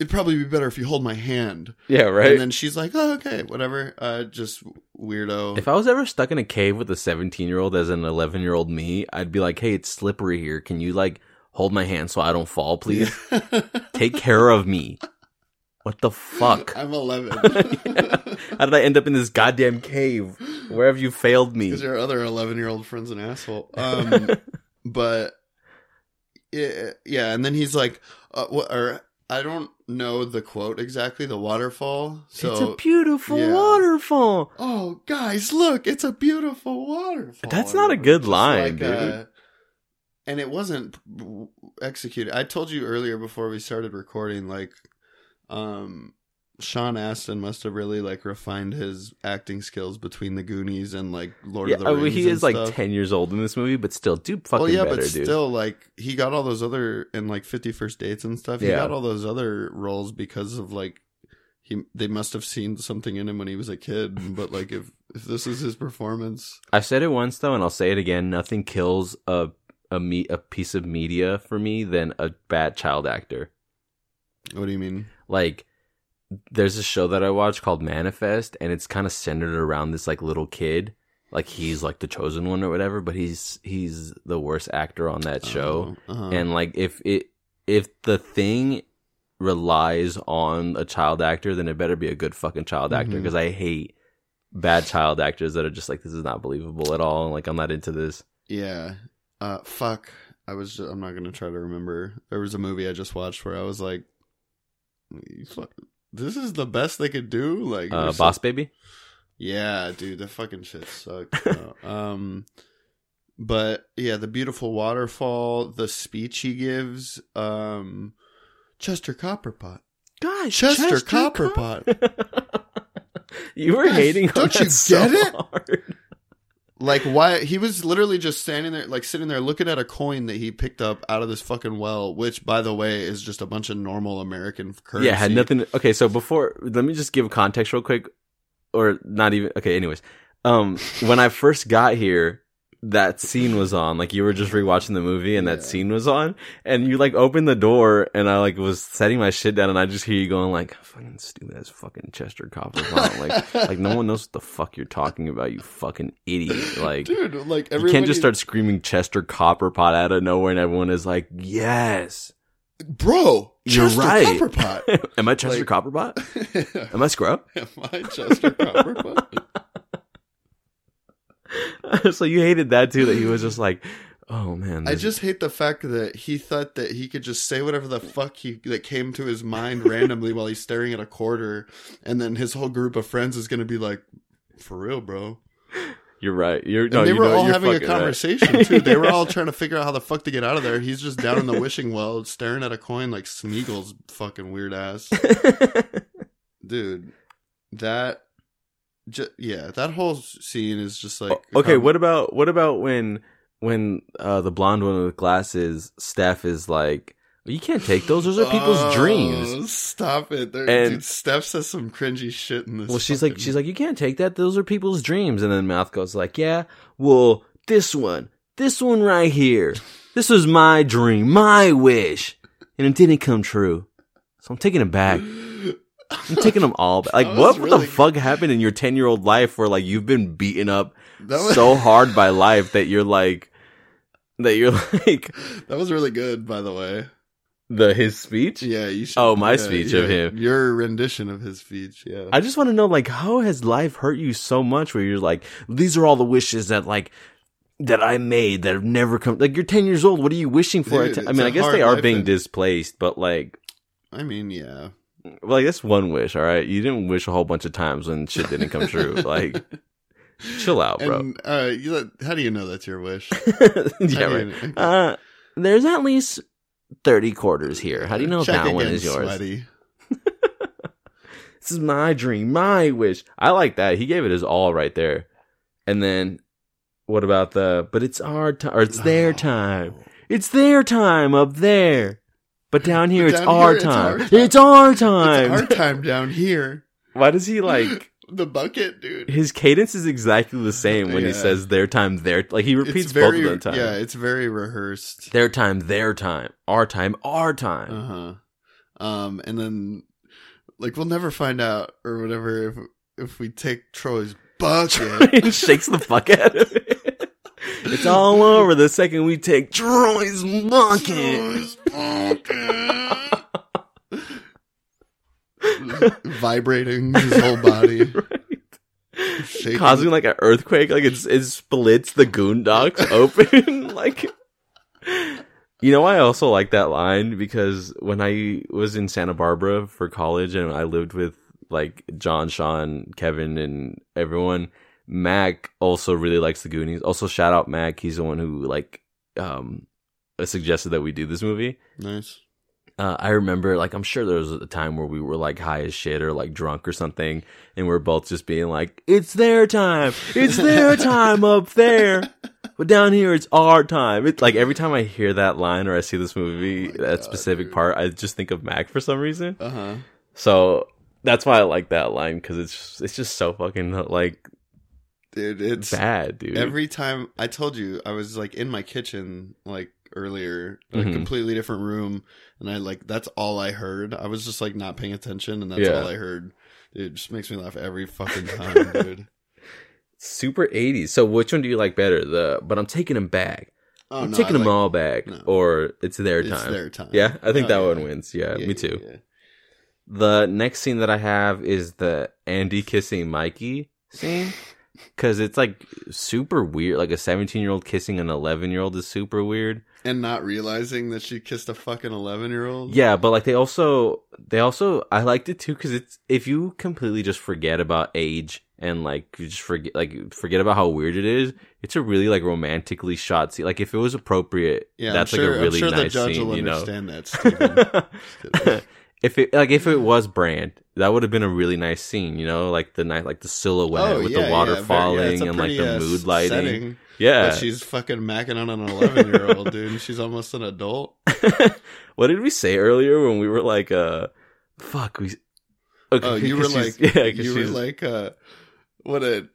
B: it'd probably be better if you hold my hand
A: Yeah, right?
B: and then she's like oh okay whatever uh just weirdo
A: if I was ever stuck in a cave with a 17 year old as an 11 year old me, I'd be like, hey, it's slippery here. Can you like hold my hand so I don't fall,
B: (laughs)
A: please? Take care of me. What the
B: (laughs)
A: fuck? (laughs)
B: i'm 11
A: Yeah. How did I end up in this goddamn cave? Where have you failed me?
B: because your other 11 year old friend's an asshole um but yeah, yeah and then he's like uh, what or i don't know the quote exactly the waterfall so
A: (laughs) it's a beautiful
B: yeah.
A: waterfall.
B: Oh, guys, look, it's a beautiful waterfall.
A: That's not a good
B: Just
A: line, dude.
B: uh, and it wasn't executed. I told you earlier before we started recording, like, um, Sean Astin must have really like refined his acting skills between the Goonies and like Lord
A: Yeah,
B: of the
A: I
B: Rings.
A: mean, he
B: and
A: is like
B: stuff.
A: 10 years old in this movie, but still, do fucking
B: Well, yeah,
A: better,
B: but
A: dude.
B: still, like he got all those other and like Fifty First Dates and stuff. He
A: Yeah.
B: got all those other roles because of like he they must have seen something in him when he was a kid. But like if if this is his performance,
A: I've said it once though, and I'll say it again. Nothing kills a a me a piece of media for me than a bad child actor.
B: what do you mean?
A: Like, there's a show that I watch called Manifest, and it's kind of centered around this like little kid. Like he's like the chosen one or whatever, but he's he's the worst actor on that show.
B: Oh, uh-huh.
A: and like if it if the thing relies on a child actor then it better be a good fucking child actor
B: Mhm.
A: because i hate bad child actors that are just like this is not believable at all and like i'm not into this
B: yeah, uh, fuck. I was. Just, I'm not gonna try to remember. There was a movie I just watched where I was like, "You fuck- "This is the best they could do." Like
A: uh
B: you're so-
A: boss baby
B: Yeah, dude, that fucking shit sucked.
A: (laughs)
B: bro. um, but yeah, the beautiful waterfall, the speech he gives, um, Chester Copperpot,
A: gosh
B: Chester, Copperpot,
A: (laughs) you were
B: Gosh,
A: hating on
B: don't you
A: that so
B: get it?
A: hard.
B: like why he was literally just standing there, like sitting there looking at a coin that he picked up out of this fucking well, which by the way is just a bunch of normal American currency.
A: yeah had
B: (laughs)
A: nothing okay so before let me just give context real quick or not even okay anyways um when i first got here that scene was on like you were just rewatching the movie and that
B: Yeah.
A: scene was on and you like opened the door and i like was setting my shit down and i just hear you going like fucking stupid ass fucking chester Copperpot. like
B: (laughs)
A: like no one knows what the fuck you're talking about you fucking idiot like
B: dude, like
A: you
B: everyone
A: can't just start screaming Chester Copperpot out of nowhere, and everyone is like, "Yes, (laughs)
B: bro.
A: You're
B: Chester
A: right.
B: Copperpot. (laughs)
A: am I Chester
B: Like-
A: Copperbot? Am I Scrub?"
B: Am I Chester Copperpot?
A: (laughs) so you hated that too that he was just like oh man
B: I
A: this-
B: just hate the fact that he thought that he could just say whatever the fuck he that came to his mind randomly while he's staring at a quarter, and then his whole group of friends is gonna be like, "For real, bro."
A: you're right you're
B: And
A: no,
B: they
A: you
B: were
A: know
B: all
A: you're
B: having a
A: fucking right.
B: conversation too. They
A: (laughs)
B: were all trying to figure out how the fuck to get out of there. He's just down in the wishing well, staring at a coin like Smeagol's fucking weird ass, dude. That, ju- yeah, that whole scene is just like
A: O- (laughs) okay
B: um,
A: what about what about when when uh the blonde one with glasses steph is like "Oh, you can't take those those are people's
B: Oh,
A: dreams
B: Stop it! There,
A: And-
B: dude, Steph says some cringy shit in this.
A: well she's like
B: fucking-
A: she's like you can't take that those are people's dreams and then mouth goes like yeah well this one this one right here this was my dream my wish and it didn't come true so i'm taking it back I'm taking them all back. Like,
B: That
A: what,
B: was
A: what the
B: really-
A: fuck happened in your 10 year old life where, like, you've been beaten up
B: (laughs) that was
A: so hard by life that you're like, that you're (laughs) like,
B: (laughs) that was really good, by the way.
A: the his speech?
B: Yeah, you should.
A: Oh, my
B: yeah,
A: speech
B: yeah,
A: of him.
B: Your rendition of his speech. Yeah,
A: I just want to know, like, how has life hurt you so much where you're like, these are all the wishes that, like, that I made that have never come. Like, you're 10 years old. What are you wishing for?
B: Dude,
A: I
B: it's
A: mean,
B: a
A: I guess
B: hard
A: they are
B: life
A: being
B: and-
A: displaced, but like,
B: I mean, yeah.
A: like, that's one wish, all right? You didn't wish a whole bunch of times when shit didn't come
B: (laughs)
A: true. like, (laughs) chill out, bro.
B: and uh, you, how do you know that's
A: (laughs)
B: your wish?
A: yeah,
B: How do
A: right.
B: you know?
A: Uh, there's at least 30 quarters here. How do you know
B: Check
A: that one
B: again,
A: is yours?
B: Sweaty.
A: This is my dream, my wish. I like that. He gave it his all right there. And then what about the but it's our time or it's
B: Oh.
A: their time. It's their time up there. But down here,
B: But
A: it's,
B: down
A: our
B: here, it's our
A: time.
B: time.
A: It's our time.
B: It's our time down here.
A: (laughs) Why does he like
B: the bucket, dude.
A: his cadence is exactly the same when he
B: Yeah.
A: says their time, their like he repeats
B: it's very,
A: both of the time.
B: Yeah, it's very rehearsed.
A: Their time, their time, our time, our time.
B: Uh huh. Um, and then like we'll never find out or whatever if if we take Troy's bucket.
A: It shakes the fuck out of it. It's all over the second we take Troy's bucket.
B: Troy's
A: (laughs)
B: bucket. Vibrating his whole
A: (laughs)
B: body, shaking.
A: causing like an earthquake. Like it's it splits the Goondocks open. (laughs) like you know, why I also like that line because when I was in Santa Barbara for college and I lived with like John, Sean, Kevin, and everyone, Mac also really likes the Goonies. Also, shout out Mac. He's the one who like um suggested that we do this movie
B: nice.
A: uh, I remember, like, I'm sure there was a time where we were like high as shit or like drunk or something, and we're both just being like, "It's their time, it's
B: (laughs)
A: their time up there, but down here it's our time." It's like every time I hear that line or I see this movie,
B: Oh my
A: that
B: God,
A: specific
B: dude.
A: part, I just think of Mac for some reason.
B: Uh huh.
A: So that's why I like that line because it's it's just so fucking uh, like
B: Dude, it's
A: bad, dude.
B: Every time I told you, I was like in my kitchen like earlier, in
A: Mhm.
B: a completely different room, and I like that's all I heard. I was just like not paying attention, and that's
A: Yeah.
B: all I heard. It just makes me laugh every
A: (laughs)
B: fucking time, dude.
A: Super 80s. So which one do you like better? The but I'm taking them back.
B: Oh,
A: I'm
B: no,
A: taking
B: I
A: them
B: like-
A: all back,
B: no.
A: or it's their
B: It's
A: time.
B: their time.
A: Yeah, I think
B: Oh,
A: that
B: yeah.
A: one wins. Yeah,
B: Yeah,
A: me
B: yeah,
A: too.
B: yeah.
A: The next scene that I have is the Andy kissing Mikey
B: (laughs)
A: scene because it's like super weird. Like a 17 year old kissing an 11 year old is super weird.
B: And not realizing that she kissed a fucking eleven-year-old.
A: Yeah, but like they also, they also, I liked it too because it's, if you completely just forget about age and like you just forget, like forget about how weird it is, it's a really like romantically shot scene. Like if it was appropriate,
B: yeah.
A: that's
B: I'm sure,
A: like a really
B: I'm sure
A: nice
B: the judge
A: scene,
B: will
A: you know?
B: understand that.
A: (laughs)
B: Steven. Just kidding.
A: if it like if it was brand, that would have been a really nice scene, you know, like the night, like the silhouette with the water
B: very- Oh, yeah,
A: falling
B: it's a
A: and like
B: pretty,
A: the
B: uh,
A: mood lighting.
B: setting.
A: Yeah.
B: But she's fucking macking on an 11 year old, dude. She's almost an adult.
A: (laughs) what did we say earlier when we were like, uh, fuck, we. Okay,
B: (laughs)
A: (laughs)
B: Oh, (laughs) you were
A: 'cause she's-
B: like,
A: yeah, because
B: you were
A: she's like,
B: like, uh, what a,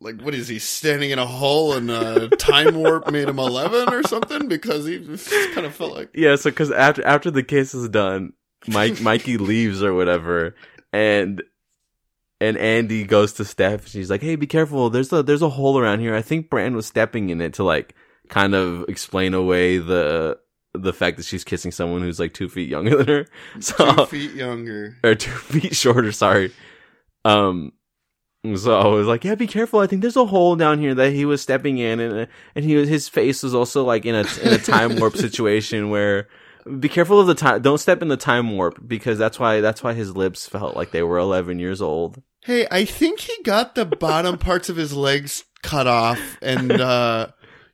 B: like, what is he standing in a hole and a time warp made him 11 or something? Because he just kind of felt like,
A: (laughs) yeah. So because after after the case is done, Mike Mikey leaves or whatever, and and Andy goes to Steph. And she's like, "Hey, be careful. There's a there's a hole around here. I think Brand was stepping in it to like kind of explain away the the fact that she's kissing someone who's like two feet younger than her, (laughs)
B: (laughs) two
A: so
B: feet younger.
A: or (laughs) two feet shorter. Sorry. Um. So I was like, "Yeah, be careful. I think there's a hole down here that he was stepping in, and uh, and he was his face was also like in a in a time warp situation where." Be careful of the time. Don't step in the time warp because that's why that's why his lips felt like they were 11 years old.
B: Hey, I think he got the bottom parts of his legs cut off and, uh,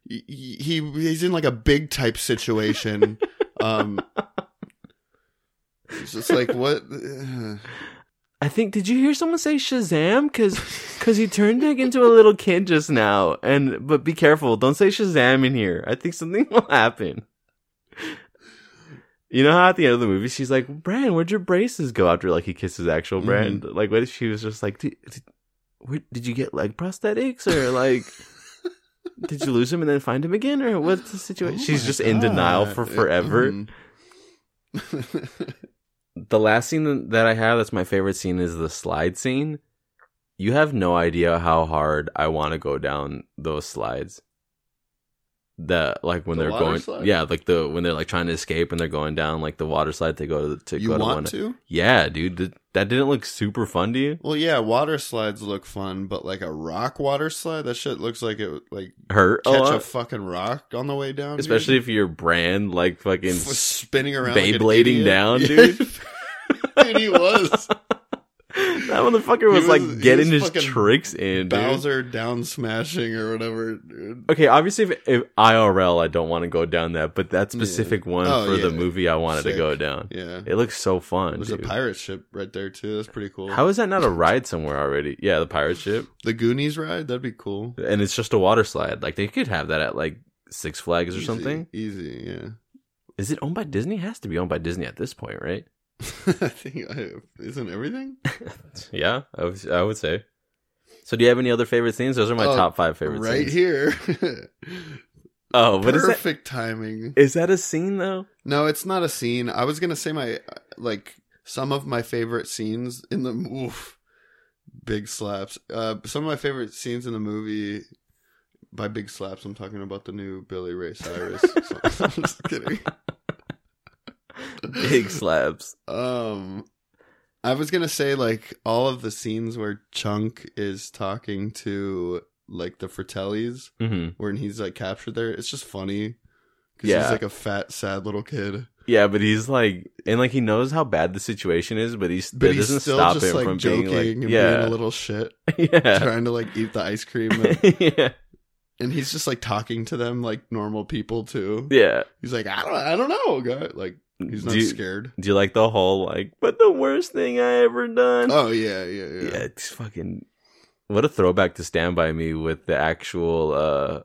B: he, he he's in like a big type situation. Um, it's just like, what?
A: I think. Did you hear someone say Shazam? Because
B: uh,
A: he turned back into a little kid just now. And but be careful, don't say Shazam in here. I think something (laughs) will happen. You know how at the end of the movie she's like, "Bran, where'd your braces go?" After like he kisses actual
B: Mm-hmm.
A: Bran, like what? if She was just like, did, did, where, "Did you get leg prosthetics or like?" Did you lose him and then find him again, or what's the situation?
B: (laughs) Oh
A: She's
B: my
A: just in denial
B: God. Mm-hmm.
A: for
B: It-
A: forever.
B: mhm.
A: the last scene that I have that's my favorite scene is the slide scene. You have no idea how hard I want to go down those slides. The like when
B: The
A: they're
B: water
A: going,
B: slide?
A: yeah, like the when they're like trying to escape and they're going down like the water slide to go to to
B: you
A: go to one.
B: want to?
A: Yeah, dude, th- that didn't look super fun to you.
B: Well, yeah, water slides look fun, but like a rock water slide, that shit looks like it would, like
A: Hurt a
B: catch a,
A: lot,
B: fucking rock on the way down, dude.
A: Oh, uh, especially if your brand like
B: (laughs)
A: fucking.
B: F- spinning around,
A: Beyblading
B: (laughs)
A: (laughs)
B: like an idiot.
A: down,
B: Yeah.
A: dude.
B: dude, he was.
A: (laughs) That motherfucker was,
B: was-
A: like
B: he
A: getting his
B: was fucking
A: tricks in, dude.
B: Bowser down smashing or whatever. dude.
A: Okay, obviously, if, if IRL, I don't want to go down that, but that
B: Yeah.
A: specific one
B: Oh,
A: for the
B: yeah.
A: movie, I wanted to
B: Sick.
A: go down.
B: Yeah.
A: It looks so fun.
B: There's
A: dude.
B: a pirate ship right there too. That's pretty cool.
A: How is that not a ride somewhere already? Yeah, the pirate ship,
B: the Goonies ride? That'd be cool.
A: and it's just a water slide. Like they could have that at like Six Flags or
B: Easy,
A: something.
B: Easy, yeah. (laughs)
A: Is it owned by Disney? It has to be owned by Disney at this point, right?
B: I think I, isn't everything
A: yeah, I would, I would say. So, do you have any other favorite scenes? Those are my
B: Oh,
A: top five favorite
B: right
A: scenes. (laughs)
B: here.
A: Oh, but is that
B: Perfect timing.
A: is that a scene though? (laughs)
B: No, it's not a scene. I was gonna say my like some of my favorite scenes in the oof, big slaps. Uh, some of my favorite scenes in the movie. By big slaps, I'm talking about the new Billy Ray Cyrus. song. (laughs) I'm just kidding.
A: Big slaps.
B: Um, I was gonna say like all of the scenes where Chunk is talking to like the Fratellis,
A: hmm
B: when he's like captured there, it's just funny because
A: Yeah.
B: he's like a fat, sad little kid,
A: Yeah, but he's like, and like he knows how bad the situation is, but he's
B: but
A: that
B: he's
A: doesn't
B: still
A: stop
B: just
A: him
B: like
A: from
B: joking
A: being like,
B: and being a
A: yeah,
B: little shit,
A: (laughs) yeah,
B: trying to like eat the ice cream,
A: (laughs)
B: and,
A: yeah,
B: and he's just like talking to them like normal people too.
A: yeah.
B: He's like, I don't, I don't know, guy. Like he's not
A: do, you,
B: scared.
A: do you like the whole like? But the worst thing I ever done.
B: Oh yeah, yeah, yeah.
A: yeah.
B: (laughs)
A: it's fucking. What a throwback to Stand by Me with the actual uh,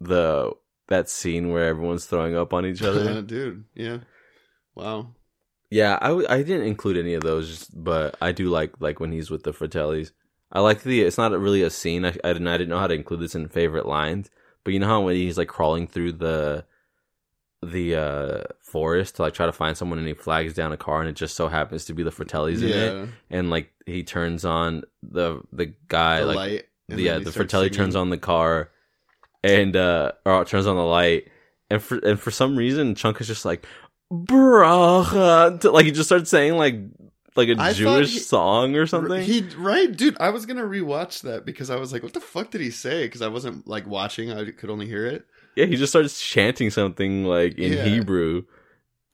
A: the that scene where everyone's throwing up
B: (laughs)
A: on each other.
B: dude. Yeah. Wow.
A: Yeah, I, w- I didn't include any of those, but I do like like when he's with the Fratellis. I like the it's not really a scene. I, I didn't I didn't know how to include this in favorite lines, but you know how when he's like crawling through the the uh forest to like try to find someone and he flags down a car and it just so happens to be the Fratellis in it and like he turns on the the guy
B: the
A: like
B: light. and
A: yeah,
B: then he
A: the
B: starts
A: Fratelli
B: singing.
A: turns on the car, and uh, or turns on the light, and for and for some reason, Chunk is just like, "Bracha," to- like he just starts saying like like a
B: I thought
A: Jewish
B: he-
A: song or something.
B: He right, dude. I was gonna rewatch that because I was like, "What the fuck did he say?" Because I wasn't like watching; I could only hear it.
A: yeah, he just starts chanting something like in
B: Yeah.
A: Hebrew.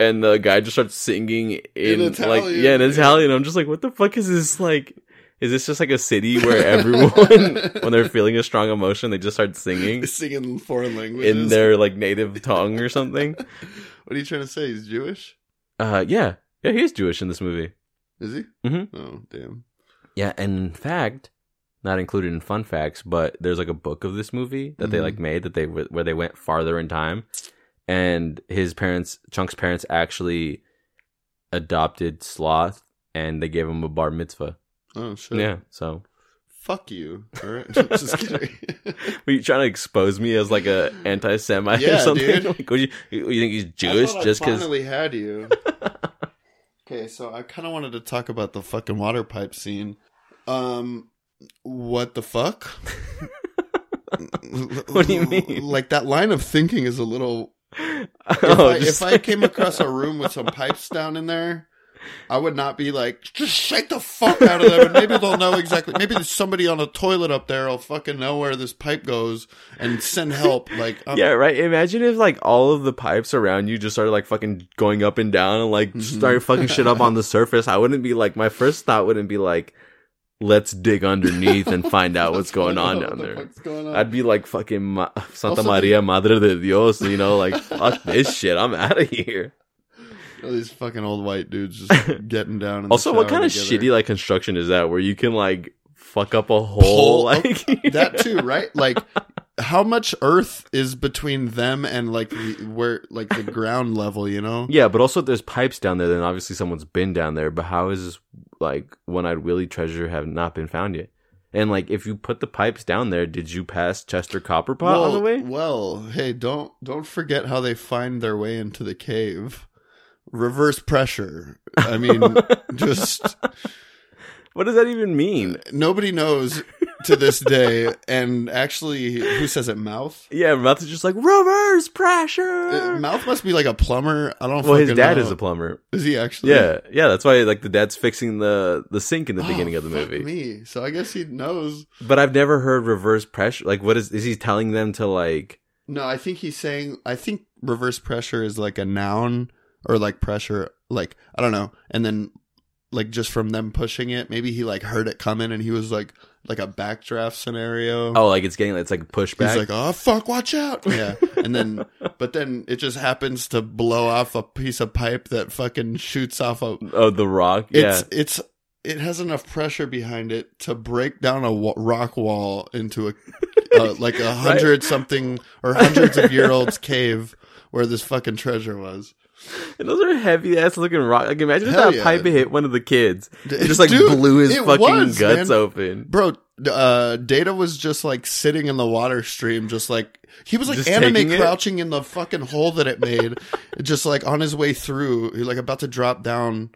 A: And the guy just starts singing in,
B: In
A: like
B: Italian.
A: yeah in Italian. I'm just like, what the fuck is this like? Is this just like a city where
B: (laughs)
A: everyone, when they're feeling a strong emotion, they just start singing
B: Singing foreign languages.
A: in their like native tongue or something?
B: what are you trying to say? He's Jewish?
A: Uh, yeah, yeah, he is Jewish in this movie.
B: Is he?
A: Mhm.
B: Oh, damn.
A: Yeah, and in fact, not included in fun facts, but there's like a book of this movie that they
B: Mhm.
A: like made that they where they went farther in time, and his parents, Chunk's parents, actually adopted Sloth, and they gave him a bar mitzvah.
B: Oh shit.
A: Yeah, so (laughs)
B: Fuck you. All right. Just kidding.
A: were you trying to expose me as like a anti-Semite or
B: Yeah,
A: something?
B: dude.
A: (laughs) Like, would you, you think he's (laughs) Jewish
B: I thought I
A: just because?
B: finally had you. okay, so I kind of wanted to talk about the fucking water pipe scene. Um, what the fuck?
A: (laughs) What do you mean?
B: (laughs) Like that line of thinking is a little. If,
A: (laughs) Oh,
B: I,
A: just-
B: if I came across a room with some pipes down in there, I would not be like, just shake the fuck out of them, and maybe they'll know exactly. Maybe there's somebody on a toilet up there. will fucking know where this pipe goes and send help. Like, I'm-
A: yeah, right. Imagine if like all of the pipes around you just started like fucking going up and down and like
B: Mhm.
A: started fucking shit up on
B: (laughs)
A: the surface. I wouldn't be like my first thought wouldn't be like, let's dig underneath and find out what's going on down
B: What the (laughs)
A: there.
B: fuck's going on?
A: I'd be like fucking Ma- Santa
B: Oh Also, the-
A: Maria Madre de Dios, you know,
B: (laughs)
A: like fuck this shit, I'm out of here.
B: All these fucking old white dudes
A: (laughs)
B: just getting down. In the
A: Also, what
B: shower
A: kind of
B: together.
A: shitty like construction is that where you can like fuck up a hole
B: Pull-
A: like (laughs)
B: that too, right? Like, how much earth is between them and like the, where, like the ground level? You know?
A: Yeah, but also if there's pipes down there, then obviously someone's been down there. But how is like one eyed Willie treasure have not been found yet? And like if you put the pipes down there, did you pass Chester Copperpot
B: well,
A: on the way?
B: well, hey, don't don't forget how they find their way into the cave. Reverse pressure.
A: (laughs)
B: I mean, just
A: What does that even mean?
B: nobody knows to this day. And actually, who says it? Mouth.
A: Yeah, Mouth is just like reverse pressure.
B: Mouth must be like a plumber. I don't.
A: well, his
B: fucking
A: dad
B: know.
A: is a plumber.
B: Is he actually?
A: Yeah, yeah, that's why like the dad's fixing the the sink in the
B: Oh,
A: beginning of the
B: fuck
A: movie.
B: Me, so I guess he knows.
A: But I've never heard reverse pressure. Like, what is is he telling them to like?
B: No, I think he's saying. I think reverse pressure is like a noun or like pressure, like I don't know. And then like just from them pushing it. Maybe he like heard it coming and he was like like a backdraft scenario.
A: Oh, like it's getting it's like pushback.
B: He's like, oh fuck, watch out! Yeah, and then, but then it just happens to blow off a piece of pipe that fucking shoots off a.
A: oh, the rock. Yeah.
B: It's it's it has enough pressure behind it to break down a wa- rock wall
A: (laughs)
B: into a uh, like a hundred something or hundreds of
A: (laughs)
B: year old's cave where this fucking treasure was.
A: And those are heavy ass looking rock. Like imagine if
B: Hell
A: that
B: yeah.
A: pipe hit one of the kids. It just like
B: Dude,
A: blew his
B: it
A: fucking
B: was,
A: guts
B: man.
A: open.
B: Bro, uh, Data was just like sitting in the water stream, just like he was like
A: Just taking
B: anime
A: it?
B: crouching in the fucking hole that it
A: (laughs)
B: made, just like on his way through, he, like about to drop down.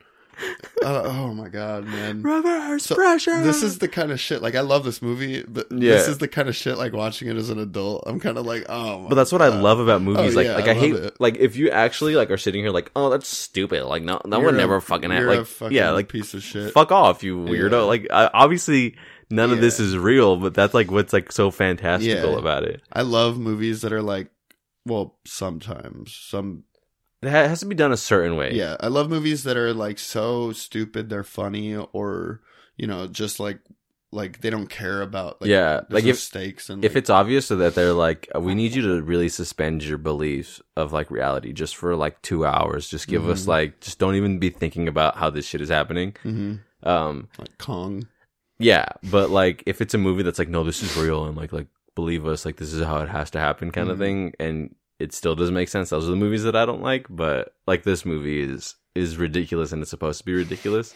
B: Uh, oh my god, man!
A: Reverse
B: So,
A: pressure.
B: This is the kind of shit. Like I love this movie, but this
A: Yeah.
B: is the kind of shit. Like watching it as an adult, I'm kind of like, oh. My
A: But that's what I
B: God.
A: love about movies.
B: Oh,
A: like,
B: yeah,
A: like
B: I
A: I,
B: love
A: hate
B: it.
A: like if you actually like are sitting here like, oh, that's stupid. Like, no, that would
B: You're a-
A: never fucking happen.
B: You're a
A: Like,
B: fucking
A: yeah, like
B: piece of shit.
A: fuck off, you weirdo.
B: Yeah.
A: Like, I, obviously none of this
B: Yeah.
A: is real, but that's like what's like so fantastical
B: Yeah.
A: about it.
B: I love movies that are like, well, sometimes some.
A: It ha- has to be done a certain way.
B: Yeah, I love movies that are like so stupid they're funny, or you know, just like like they don't care about like
A: yeah.
B: there's
A: Like
B: no
A: if
B: stakes and
A: if
B: like-
A: it's obvious so that they're like, uh, we need you to really suspend your beliefs of like reality just for like two hours. Just give us
B: Mhm.
A: like, just don't even be thinking about how this shit is happening.
B: Mhm.
A: Um,
B: like Kong.
A: Yeah, but like if it's a movie that's like, no, this is real and like like believe us, like this is how it has to happen kind of
B: Mhm.
A: thing, and it still doesn't make sense. Those are the movies that I don't like, but like this movie is is ridiculous and it's supposed to be ridiculous.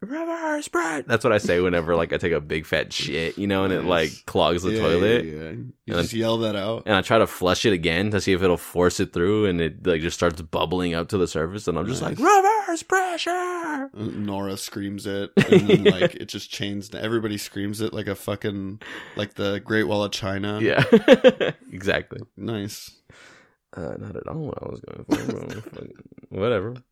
A: Reverse bread. That's what I say whenever like I take a big fat shit, you know, and it
B: Nice.
A: like clogs the
B: Yeah,
A: toilet.
B: yeah, yeah. You
A: then-
B: just yell that out.
A: And I try to flush it again to see if it'll force it through, and it like just starts bubbling up to the surface, and I'm just
B: Nice.
A: like reverse pressure.
B: Nora screams it, and
A: (laughs)
B: then like it just chains. Everybody screams it like a fucking like the Great Wall of China.
A: Yeah, (laughs) exactly.
B: nice.
A: Uh, not at all what I was going (laughs) for. but fucking- Whatever. (laughs)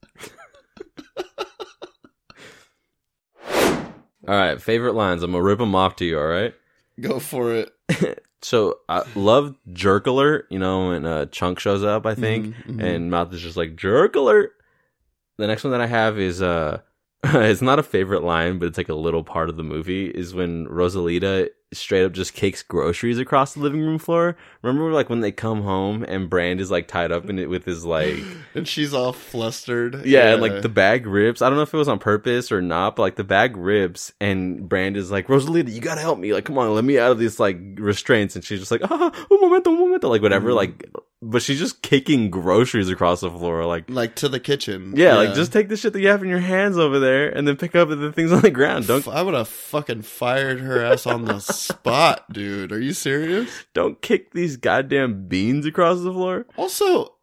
A: all right, favorite lines. I'm gonna rip them off to you. All right.
B: Go for it.
A: So I love jerk alert. You know when uh, Chunk shows up, I think,
B: Mhm, mhm.
A: and Mouth is just like jerk alert. The next one that I have is uh, (laughs) it's not a favorite line, but it's like a little part of the movie. Is when Rosalita straight up just kicks groceries across the living room floor. Remember, like when they come home and Brand is like tied up in it with his
B: (gasps)
A: like
B: Mm-hmm. and she's all flustered.
A: yeah, and like the bag rips. I don't know if it was on purpose or not, but like the bag rips, and Brand is like, Rosalita, you gotta help me. Like, come on, let me out of these like restraints. And she's just like, (laughs) ah, un momento, un momento, like whatever.
B: Mhm.
A: Like, but she's just kicking groceries across the floor. Like,
B: like to the kitchen.
A: yeah, like just take the shit that you have in your hands over there, and then pick up the things (laughs) on the ground. Don't
B: F- I would have fucking fired her ass
A: (laughs)
B: on the spot, dude. Are you serious?
A: don't kick these goddamn beans across the floor.
B: Also,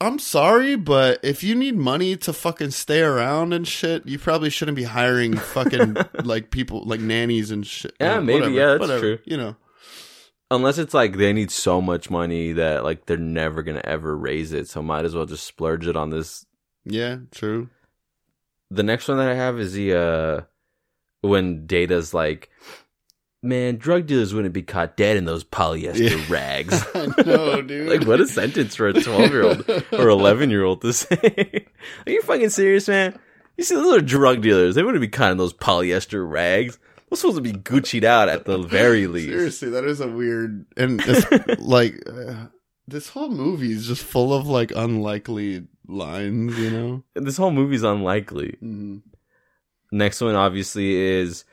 B: I'm sorry, but if you need money to fucking stay around and shit, you probably shouldn't be
A: (laughs)
B: hiring fucking like people like nannies and shit.
A: Yeah, maybe. Yeah, that's true.
B: You know,
A: Unless it's like they need so much money that like they're never gonna ever raise it, so might as well just splurge it on this
B: yeah,
A: (laughs)
B: true. (laughs)
A: the next one that I have is the uh when Data's like, man, drug dealers wouldn't be caught dead in those polyester
B: Yeah.
A: (laughs) rags.
B: I know, dude.
A: like, what a
B: (laughs)
A: sentence for a twelve year old or eleven year old to say. (laughs) Are you fucking serious, man? You see, those are drug dealers. They wouldn't be caught in those polyester rags. We're supposed to be Gucci'd out at the very least.
B: (laughs) Seriously, that is a weird and
A: (laughs)
B: it's, like uh, this whole movie is just full of like unlikely lines, you know.
A: This whole movie's unlikely.
B: Mhm.
A: Next one, obviously, is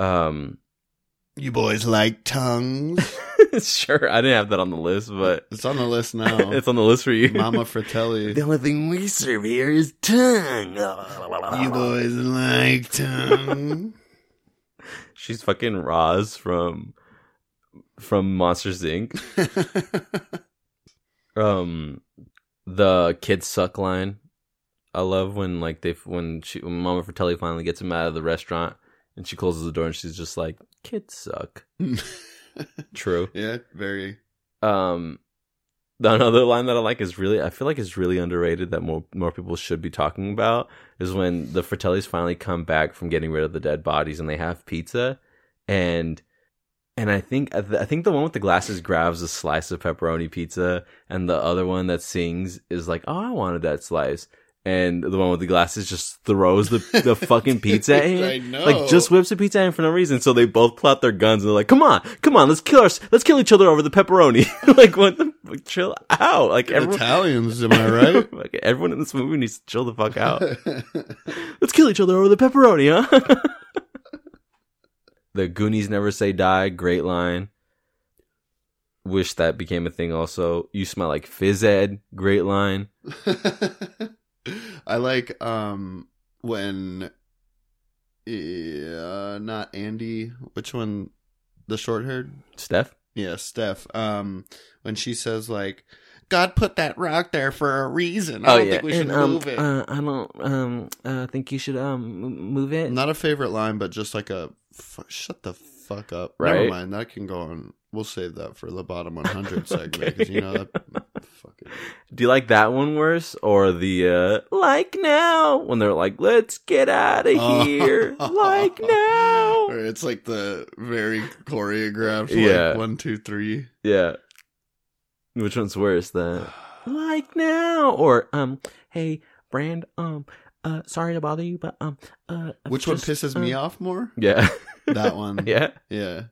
A: um (laughs)
B: You boys like tongues.
A: sure. I didn't have that on the list, but
B: It's on the list
A: (laughs)
B: now.
A: it's on the list for you.
B: (laughs)
A: (laughs)
B: Mama Fratelli.
A: only thing we serve here is tongue.
B: You boys like tongue.
A: She's fucking Roz from from Monsters Inc. Um, the kids suck line. I love when like they when she when Mama Fratelli finally gets him out of the restaurant and she closes the door and she's just like, "Kids suck." True.
B: (laughs) yeah, very.
A: Um, the (laughs) another line that I like is really I feel like it's really underrated that more more people should be talking about is when the Fratellis finally come back from getting rid of the dead bodies and they have pizza, and and I think I, th- I think the one with the glasses grabs a slice of pepperoni pizza and the other one that sings is like oh I wanted that slice and the one with the glasses just throws the,
B: (laughs)
A: the fucking pizza at him.
B: I know.
A: Like just whips the pizza at him for no reason. So they both pull out their guns and they're like, "Come on, come on, let's kill us, let's kill each other over the pepperoni." (laughs) like, what the fuck? Chill out. Like everyone,
B: Italians, am I right?
A: like, everyone in this movie needs to chill the (laughs) fuck out. (laughs) let's kill each other over the pepperoni, huh? (laughs) the Goonies never say die. Great line. Wish that became a thing. Also, you smell like phys ed. Great line.
B: (laughs) I like um when yeah, not Andy, which one the short haired?
A: Steph.
B: Yeah, Steph. Um when she says like God put that rock there for a reason. I don't think we should
A: And, um,
B: move it.
A: Uh, I don't um uh, think you should um m- move it.
B: Not a favorite line, but just like a f- shut the fuck up. Never
A: Right.
B: mind, that can go on. We'll save that for the
A: (laughs)
B: bottom 100 segment
A: Okay.
B: because you know that. fucking,
A: Do you like that one worse or the uh like now when they're like let's get out
B: Oh.
A: of (laughs) here
B: (laughs)
A: like
B: Or
A: now?
B: Uh, it's like the very choreographed.
A: Yeah.
B: Like, one,
A: (sighs)
B: two, three.
A: Yeah. Which one's worse
B: (sighs)
A: the like now or um hey brand um uh sorry to bother you but um uh
B: Which one pisses me off
A: (laughs)
B: more?
A: Yeah.
B: That one.
A: yeah.
B: Yeah.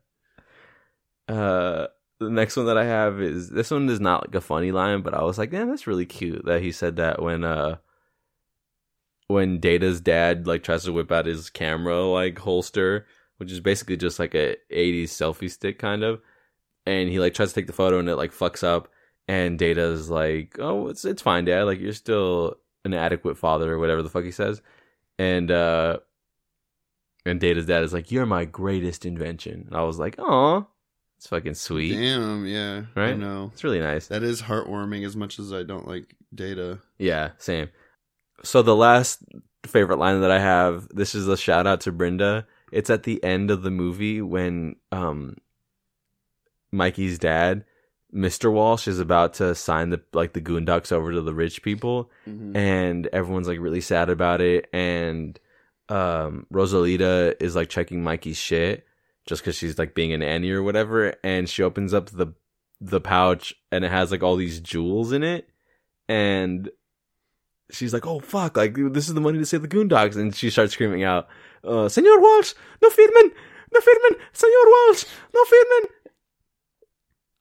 A: Uh, the next one that I have is this one is not like a funny line, but I was like, man, that's really cute that he said that when uh when Data's dad like tries to whip out his camera like holster, which is basically just like a '80s selfie stick kind of, and he like tries to take the photo and it like fucks up, and Data's like, oh, it's it's fine, Dad, like you're still an adequate father or whatever the fuck he says, and uh. And Data's dad is like, "You're my greatest invention." And I was like, "Aw, it's fucking sweet.
B: Damn. Yeah. I
A: Right?
B: know.
A: It's really nice."
B: That is heartwarming as much as I don't like data.
A: Yeah, same. So the last favorite line that I have, this is a shout out to Brenda. It's at the end of the movie when um Mikey's dad, Mr. Walsh, is about to sign the like the Goondocks over to the rich people,
B: Mm-hmm.
A: and everyone's like really sad about it and um rosalita is like checking mikey's shit just because she's like being an annie or whatever and she opens up the the pouch and it has like all these jewels in it and she's like oh fuck like this is the money to save the goondogs and she starts screaming out uh senor walsh no firman no firman senor walsh no firman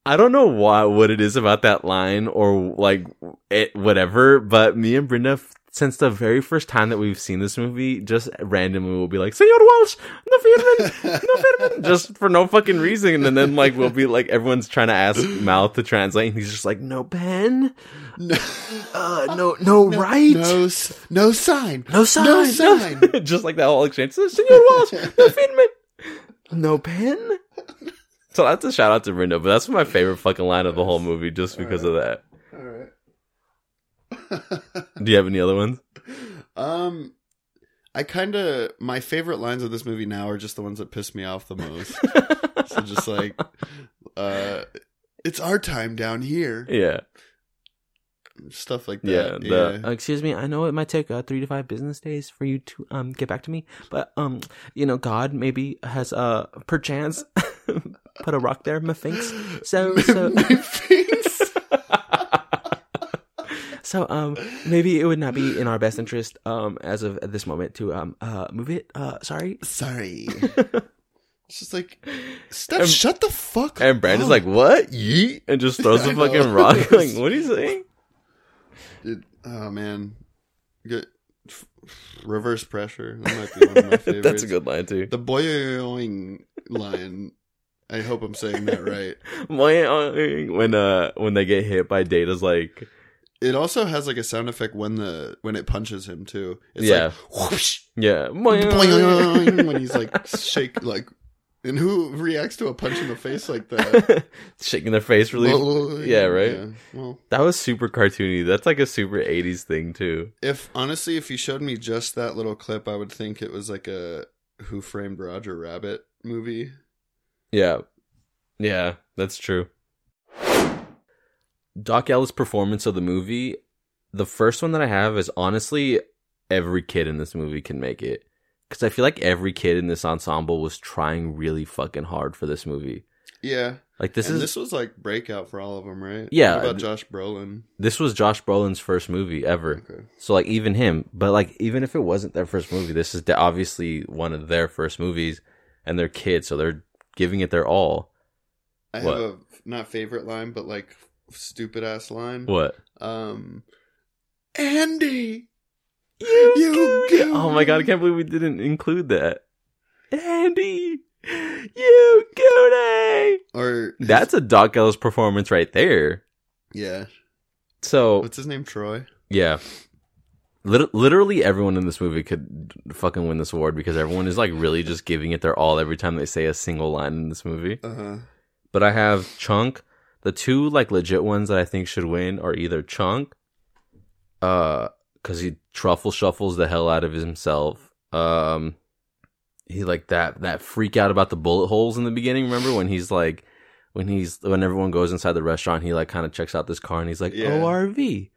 A: I don't know why what it is about that line or like it whatever, but me and Brenda f- since the very first time that we've seen this movie, just randomly we'll be like, Senor Walsh, no Firman, no Firman, just for no fucking reason. And then like we'll be like everyone's trying to ask Mouth to translate and he's just like, No pen?
B: Mm-hmm.
A: (laughs) Uh
B: No,
A: no no,
B: no-
A: right?
B: No, s- no sign.
A: No sign. (laughs)
B: sign.
A: just like that whole exchange. Senor (laughs) Walsh, no Finman. No pen. So that's a shout out to Brenda, but that's my favorite fucking line of the whole movie just because of that.
B: All right.
A: Do you have any other ones?
B: (laughs) um, I kind of my favorite lines of this movie now are just the ones that piss me off the
A: (laughs)
B: most. so just like, uh, it's our time down here,
A: yeah.
B: stuff like
A: Yeah.
B: that.
A: the- Uh, excuse me, I know it might take uh, three to five business days for you to um get back to me, but um, you know, God maybe has uh perchance (laughs) put a rock there, methinks. So so
B: (laughs) my face.
A: So um maybe it would not be in our best interest um as of this moment to um uh move it. Uh sorry. (laughs)
B: Sorry. It's just like, Steph,
A: And-
B: shut the fuck
A: And Brand is
B: up.
A: like, "What? Yeet!" and just throws the
B: (laughs) I know.
A: fucking rock. Like, what are you saying?
B: It- oh man, good. f- Reverse pressure. That might be (laughs) one of my
A: (laughs)
B: favorites.
A: That's a good line too.
B: The boyoing line. I hope I'm saying that right.
A: When uh when they get hit by Data's like,
B: It also has like a sound effect when the when it punches him too. It's
A: Yeah.
B: like whoosh,
A: yeah,
B: boing, when he's like shake like. And who reacts to a punch in the face like
A: (laughs)
B: that?
A: shaking their face really.
B: Boing.
A: Yeah, right?
B: Yeah. Well,
A: that was super cartoony. That's like a super '80s thing too.
B: if honestly, if you showed me just that little clip, I would think it was like a Who Framed Roger Rabbit movie.
A: Yeah. Yeah, that's true. Doc Ellis' performance of the movie, the first one that I have is honestly every kid in this movie can make it. Because I feel like every kid in this ensemble was trying really fucking hard for this movie.
B: Yeah,
A: Like this
B: and
A: is
B: this was like breakout for all of them, right?
A: Yeah.
B: What about Josh Brolin?
A: this was Josh Brolin's first movie ever.
B: Okay.
A: So like even him, but like even if it wasn't their first movie, this is de- obviously one of their first movies, and they're kids, so they're giving it their all.
B: I
A: What?
B: have a not favorite line, but like stupid ass line.
A: What?
B: Um, Andy,
A: You,
B: You
A: give
B: give
A: me- Oh my god! I can't believe we didn't include that. Andy, you cutie.
B: or his-
A: That's a Doc Ellis performance right there.
B: yeah.
A: So
B: What's his name? Troy.
A: yeah. Lit- Literally everyone in this movie could fucking win this award because everyone is like really just giving it their all every time they say a single line in this movie.
B: Uh huh.
A: But I have Chunk. The two like legit ones that I think should win are either Chunk, uh, because he truffle shuffles the hell out of himself. Um, he like that that freak out about the bullet holes in the beginning. Remember when he's like, when he's when everyone goes inside the restaurant, he like kind of checks out this car and he's like,
B: Yeah.
A: ORV,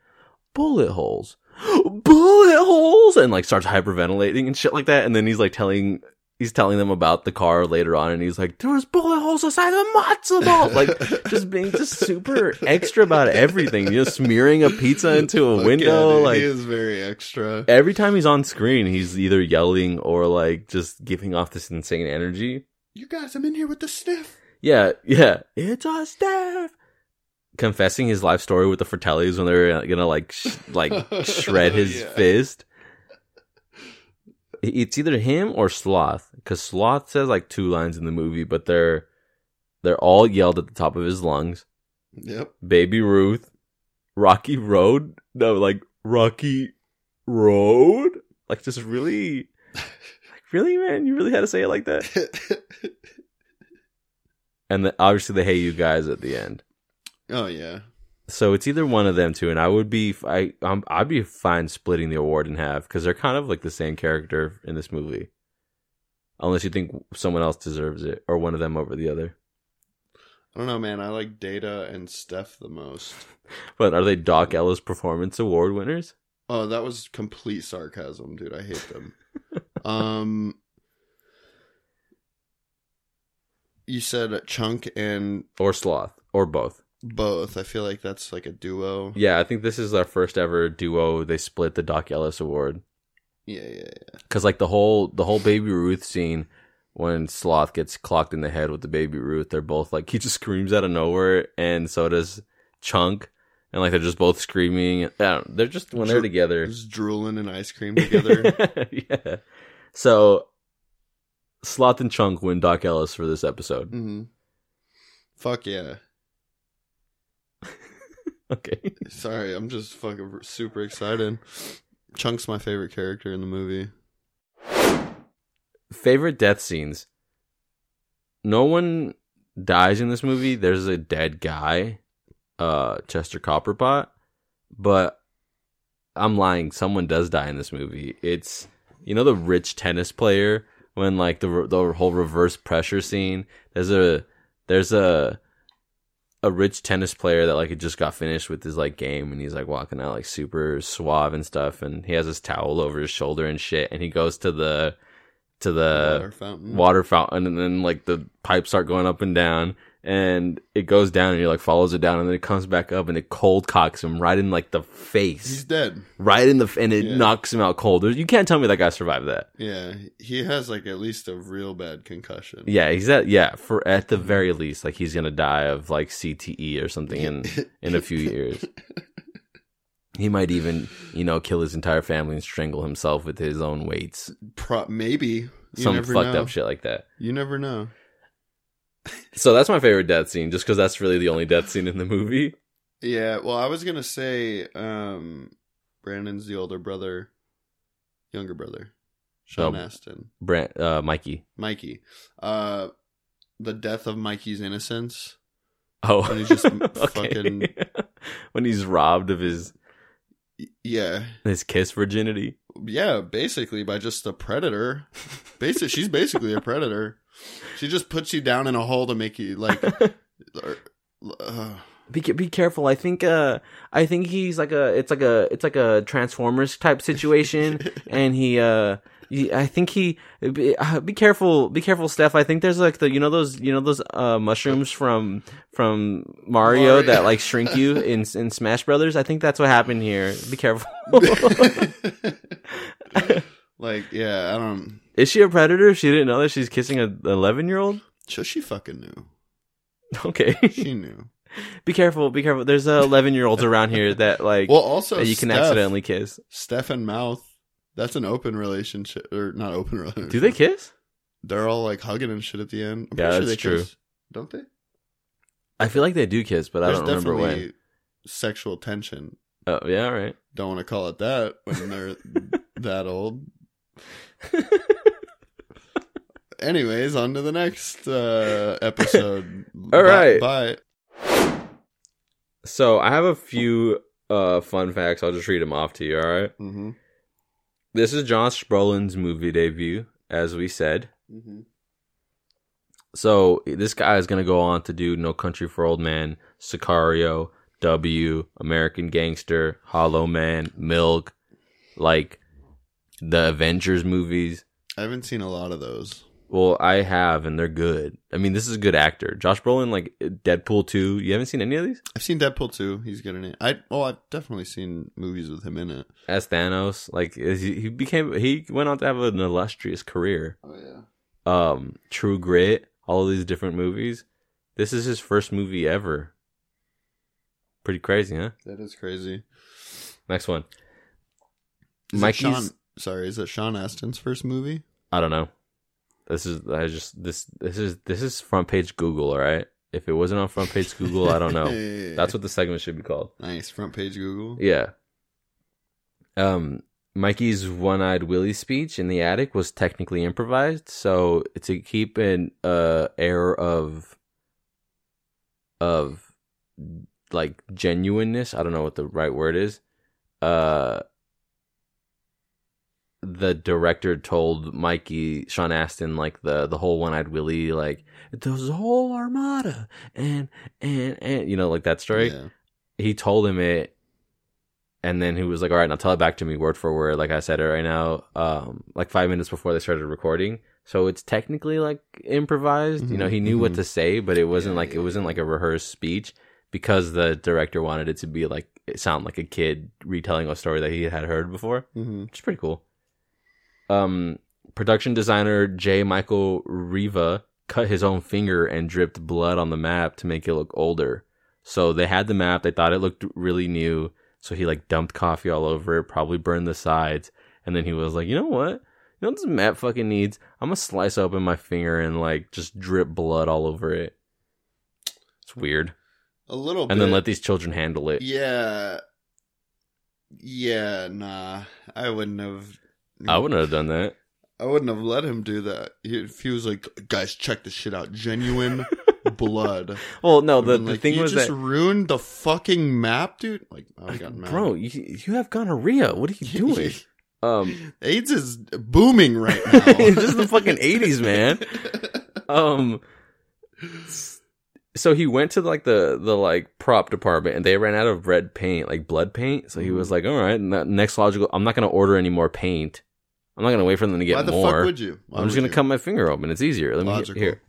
A: bullet holes, bullet holes, and like starts hyperventilating and shit like that. And then he's like telling he's telling them about the car later on, and he's like, "There was bullet holes inside the matzo ball,"
B: (laughs)
A: like just being just super extra about everything, just smearing a pizza into a
B: Fuck
A: window.
B: yeah, dude,
A: like
B: he is very extra.
A: every time he's on screen, he's either yelling or like just giving off this insane energy.
B: You guys, I'm in here with the sniff.
A: Yeah, yeah, it's a staff. Confessing his life story with the Fratellis when they're gonna like sh- like shred his
B: Yeah.
A: fist. It's either him or Sloth, because Sloth says like two lines in the movie, but they're they're all yelled at the top of his lungs.
B: Yep. (laughs)
A: Baby Ruth, Rocky Road, no, like Rocky Road, like just really, like really, man, you really had to say it like that. And then obviously they hate you guys at the end.
B: oh yeah.
A: So it's either one of them two, and I would be I um, I'd be fine splitting the award in half because they're kind of like the same character in this movie, unless you think someone else deserves it or one of them over the other.
B: I don't know, man. I like Data and Steph the most.
A: But are they Doc Ellis Performance Award winners?
B: Oh, that was complete sarcasm, dude. I hate them. um, you said Chunk and
A: or Sloth or both?
B: both. I feel like that's like a duo.
A: Yeah, I think this is our first ever duo. They split the Doc Ellis Award.
B: Yeah, yeah.
A: because like the whole the whole baby Ruth scene when Sloth gets clocked in the head with the baby Ruth, they're both like (laughs) he just screams out of nowhere, and so does Chunk, and like they're just both screaming. I don't- they're just when they're
B: Sure.
A: together
B: Just drooling and
A: (laughs)
B: ice cream together.
A: yeah. So Sloth and Chunk win Doc Ellis for this episode. (laughs)
B: hmm Fuck yeah.
A: Okay.
B: Sorry, I'm just fucking super excited. Chunk's my favorite character in the movie.
A: Favorite death scenes. No one dies in this movie. There's a dead guy, uh, Chester Copperpot, but I'm lying. Someone does die in this movie. It's you know the rich tennis player when like the the whole reverse pressure scene. There's a there's a a rich tennis player that like had just got finished with his like game and he's like walking out like super suave and stuff and he has his towel over his shoulder and shit and he goes to the to the
B: Water fountain.
A: water fountain and then like the pipes start going up and down and it goes down and he like follows it down and then it comes back up and it cold cocks him right in like the
B: He's
A: face
B: dead.
A: right in the f- and it
B: Yeah.
A: knocks him out cold There's- you can't tell me that guy survived that
B: Yeah, he has like at least a real bad concussion.
A: yeah he's at yeah for at the very least like he's gonna die of like cte or something in in a few years he might even you know kill his entire family and strangle himself with his own weights
B: (laughs) Pro- maybe you
A: some
B: never
A: fucked
B: know.
A: up shit like that
B: You never know.
A: so that's my favorite death scene just because that's really the only death scene in the movie
B: Yeah, well, I was gonna say, um, Brandon's the older brother, younger brother, Sean
A: Oh.
B: Aston,
A: Brand, uh, Mikey.
B: Mikey. Uh, the death of Mikey's innocence.
A: Oh,
B: When
A: (laughs)
B: he's just fucking-
A: when he's robbed of his
B: Y- Yeah,
A: his kiss virginity.
B: yeah, basically by just a (laughs) predator. Basic, she's basically a predator. She just puts you down in a hole to make you (laughs) like. or- uh,
A: Be be careful. I think uh I (laughs) think he's like a it's like a it's like a Transformers type situation, and he uh Yeah, I think he be, uh, be careful, be careful, Steph. I think there's like the you know those you know those uh, mushrooms from from Mario,
B: Mario.
A: that like shrink (laughs) you in in Smash Brothers. I think that's what happened here. Be careful. (laughs)
B: like, yeah, I don't.
A: Is she a predator? If she didn't know that she's kissing a eleven year old.
B: So she fucking knew.
A: (laughs) Okay,
B: She knew.
A: be careful, be careful. There's eleven year olds around here that like
B: Well, also
A: that you can
B: Steph,
A: accidentally kiss.
B: Steph and Mouth. That's an open relationship, or not open (laughs) relationship.
A: Do they kiss?
B: They're all like hugging and shit at the end. I'm
A: Yeah,
B: pretty sure
A: that's
B: they
A: true.
B: kiss, don't they?
A: I feel like they do kiss, but I don't remember when.
B: sexual tension.
A: Oh yeah, all right.
B: Don't want to call it that when
A: (laughs)
B: they're that old. Anyways, on to the next uh, episode.
A: (laughs) All right.
B: Bye.
A: So I have a few uh fun facts. I'll just read them off to you. All right.
B: Mm-hmm.
A: This is Josh Brolin's movie debut, as we said.
B: Mm-hmm.
A: So this guy is gonna go on to do No Country for Old Men, Sicario, W, American Gangster, Hollow Man, Milk, like the Avengers movies.
B: I haven't seen a lot of those.
A: Well, I have, and they're good. I mean, this is a good actor. Josh Brolin, like Deadpool two. You haven't seen any of these?
B: I've seen Deadpool 2. He's good in it. I oh, I've definitely seen movies with him in it.
A: As Thanos, like is he he became he went on to have an illustrious career.
B: Oh yeah.
A: um True Grit, all of these different movies. This is his first movie ever. Pretty crazy, huh?
B: That is crazy.
A: Next one.
B: Is it
A: Mikey's-
B: Sean, sorry, is it Sean Astin's first movie?
A: I don't know. This is I just this this is this is front page Google, all right? If it wasn't on front page Google, I
B: (laughs)
A: don't know. That's what the segment should be called.
B: nice front page Google.
A: Yeah. Um Mikey's one-eyed Willie speech in the attic was technically improvised, so to keep an uh air of of like genuineness, I don't know what the right word is. Uh the director told Mikey Sean Astin like the the whole one-eyed Willie like there's a whole armada and and and you know like that story
B: Yeah.
A: he told him it and then he was like all right now tell it back to me word for word like i said it right now um like five minutes before they started recording so it's technically like improvised you know
B: Mhm,
A: he knew what
B: mhm.
A: to say but it wasn't
B: Yeah,
A: like
B: yeah,
A: it wasn't
B: yeah.
A: like a rehearsed speech because the director wanted it to be like it sound like a kid retelling a story that he had heard before
B: Mm-hmm.
A: which is pretty cool um production designer j michael riva cut his own finger and dripped blood on the map to make it look older so they had the map. They thought it looked really new. So he like dumped coffee all over it, probably burned the sides. And then he was like, you know what? You know what this map fucking needs? I'm gonna slice open my finger and like just drip blood all over it. It's weird.
B: A little bit.
A: And then let these children handle it.
B: Yeah. Yeah, nah. I wouldn't have
A: I wouldn't have done that.
B: I wouldn't have let him do that. He- If he was like, guys, check this shit out.
A: (laughs)
B: Genuine blood.
A: Well, no, the,
B: I've been
A: the
B: like,
A: thing
B: you
A: was
B: just
A: that
B: ruined the fucking map, dude. Like, oh, I got mad.
A: bro, you, you have gonorrhea. What are
B: (laughs)
A: you doing? um,
B: AIDS is booming right
A: (laughs)
B: now.
A: It's just the fucking 80s, man. um, so he went to like the the like prop department and they ran out of red paint like blood paint so he was
B: Mm-hmm.
A: like all right n- next logical i'm not going to order any more paint i'm not going to wait for them to get
B: Why the
A: more
B: fuck would you? Why
A: i'm just
B: would
A: going to
B: you?
A: cut my finger open it's easier let me
B: Logical.
A: here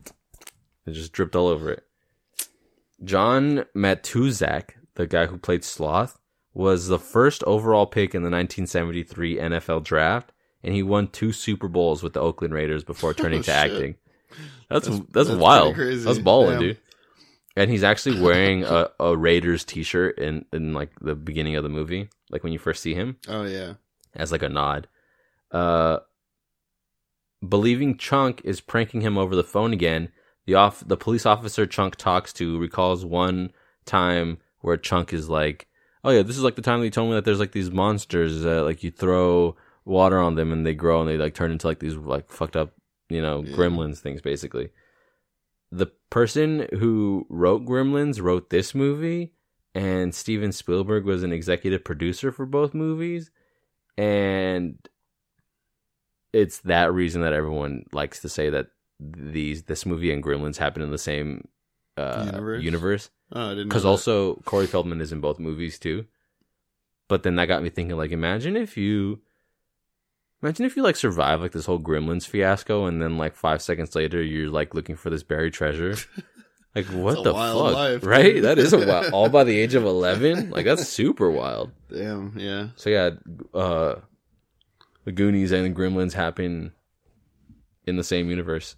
A: it just dripped all over it john matuzak the guy who played sloth was the first overall pick in the 1973 nfl draft and he won two super bowls with the oakland raiders before turning
B: (laughs) Oh,
A: to
B: shit.
A: acting that's
B: That's-
A: that's,
B: that's pretty
A: wild.
B: crazy.
A: That's balling,
B: Damn.
A: dude. And he's actually wearing a, a Raiders t-shirt in in like the beginning of the movie, like when you first see him
B: Oh yeah.
A: as like a nod. Uh, believing Chunk is pranking him over the phone again, the off the police officer Chunk talks to recalls one time where Chunk is like, "Oh yeah, this is like the time that you told me that there's like these monsters that like you throw water on them and they grow and they like turn into like these like fucked up you know
B: Yeah.
A: gremlins things basically." The person who wrote Gremlins wrote this movie, and Steven Spielberg was an executive producer for both movies and it's that reason that everyone likes to say that these this movie and Gremlins happen in the same uh,
B: Universe?
A: universe
B: Oh, I didn't. know
A: because
B: that.
A: also Corey Feldman is in both movies too. But then that got me thinking, like, imagine if you Imagine if you like survive like this whole Gremlins fiasco, and then like five seconds later, you're like looking for this buried
B: (laughs)
A: treasure. Like what
B: a
A: the
B: wild
A: fuck,
B: life,
A: right?
B: dude.
A: That is a wild. All by the
B: (laughs)
A: age of eleven, like that's super wild.
B: Damn, yeah.
A: So yeah, uh, the Goonies and the Gremlins happen in the same universe.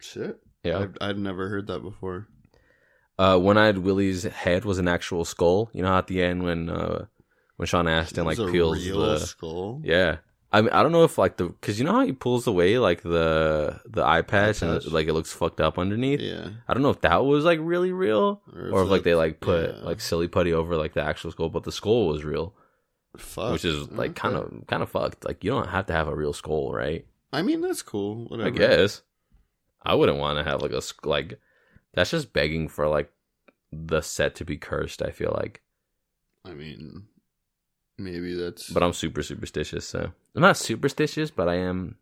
B: Shit.
A: Yeah.
B: I've, I've never heard that before.
A: Uh, One-eyed Willie's head was an actual skull. You know, how at the end when uh, when Sean Astin like
B: It's a
A: peels
B: real
A: the
B: skull.
A: yeah. I mean, I don't know if like the because you know how he pulls away like the the eye patch and
B: patch.
A: like it looks fucked up underneath.
B: Yeah.
A: I don't know if that was like really real or if like
B: that-
A: they like put
B: yeah.
A: like silly putty over like the actual skull, but the skull was real,
B: Fuck.
A: which is like
B: Okay.
A: kind of kind of fucked. Like you don't have to have a real skull, right?
B: I mean, that's cool. Whatever.
A: I guess. I wouldn't want to have like a sk- like. That's just begging for like the set to be cursed. I feel like,
B: I mean, maybe that's.
A: but I'm super superstitious. So I'm not superstitious, but I am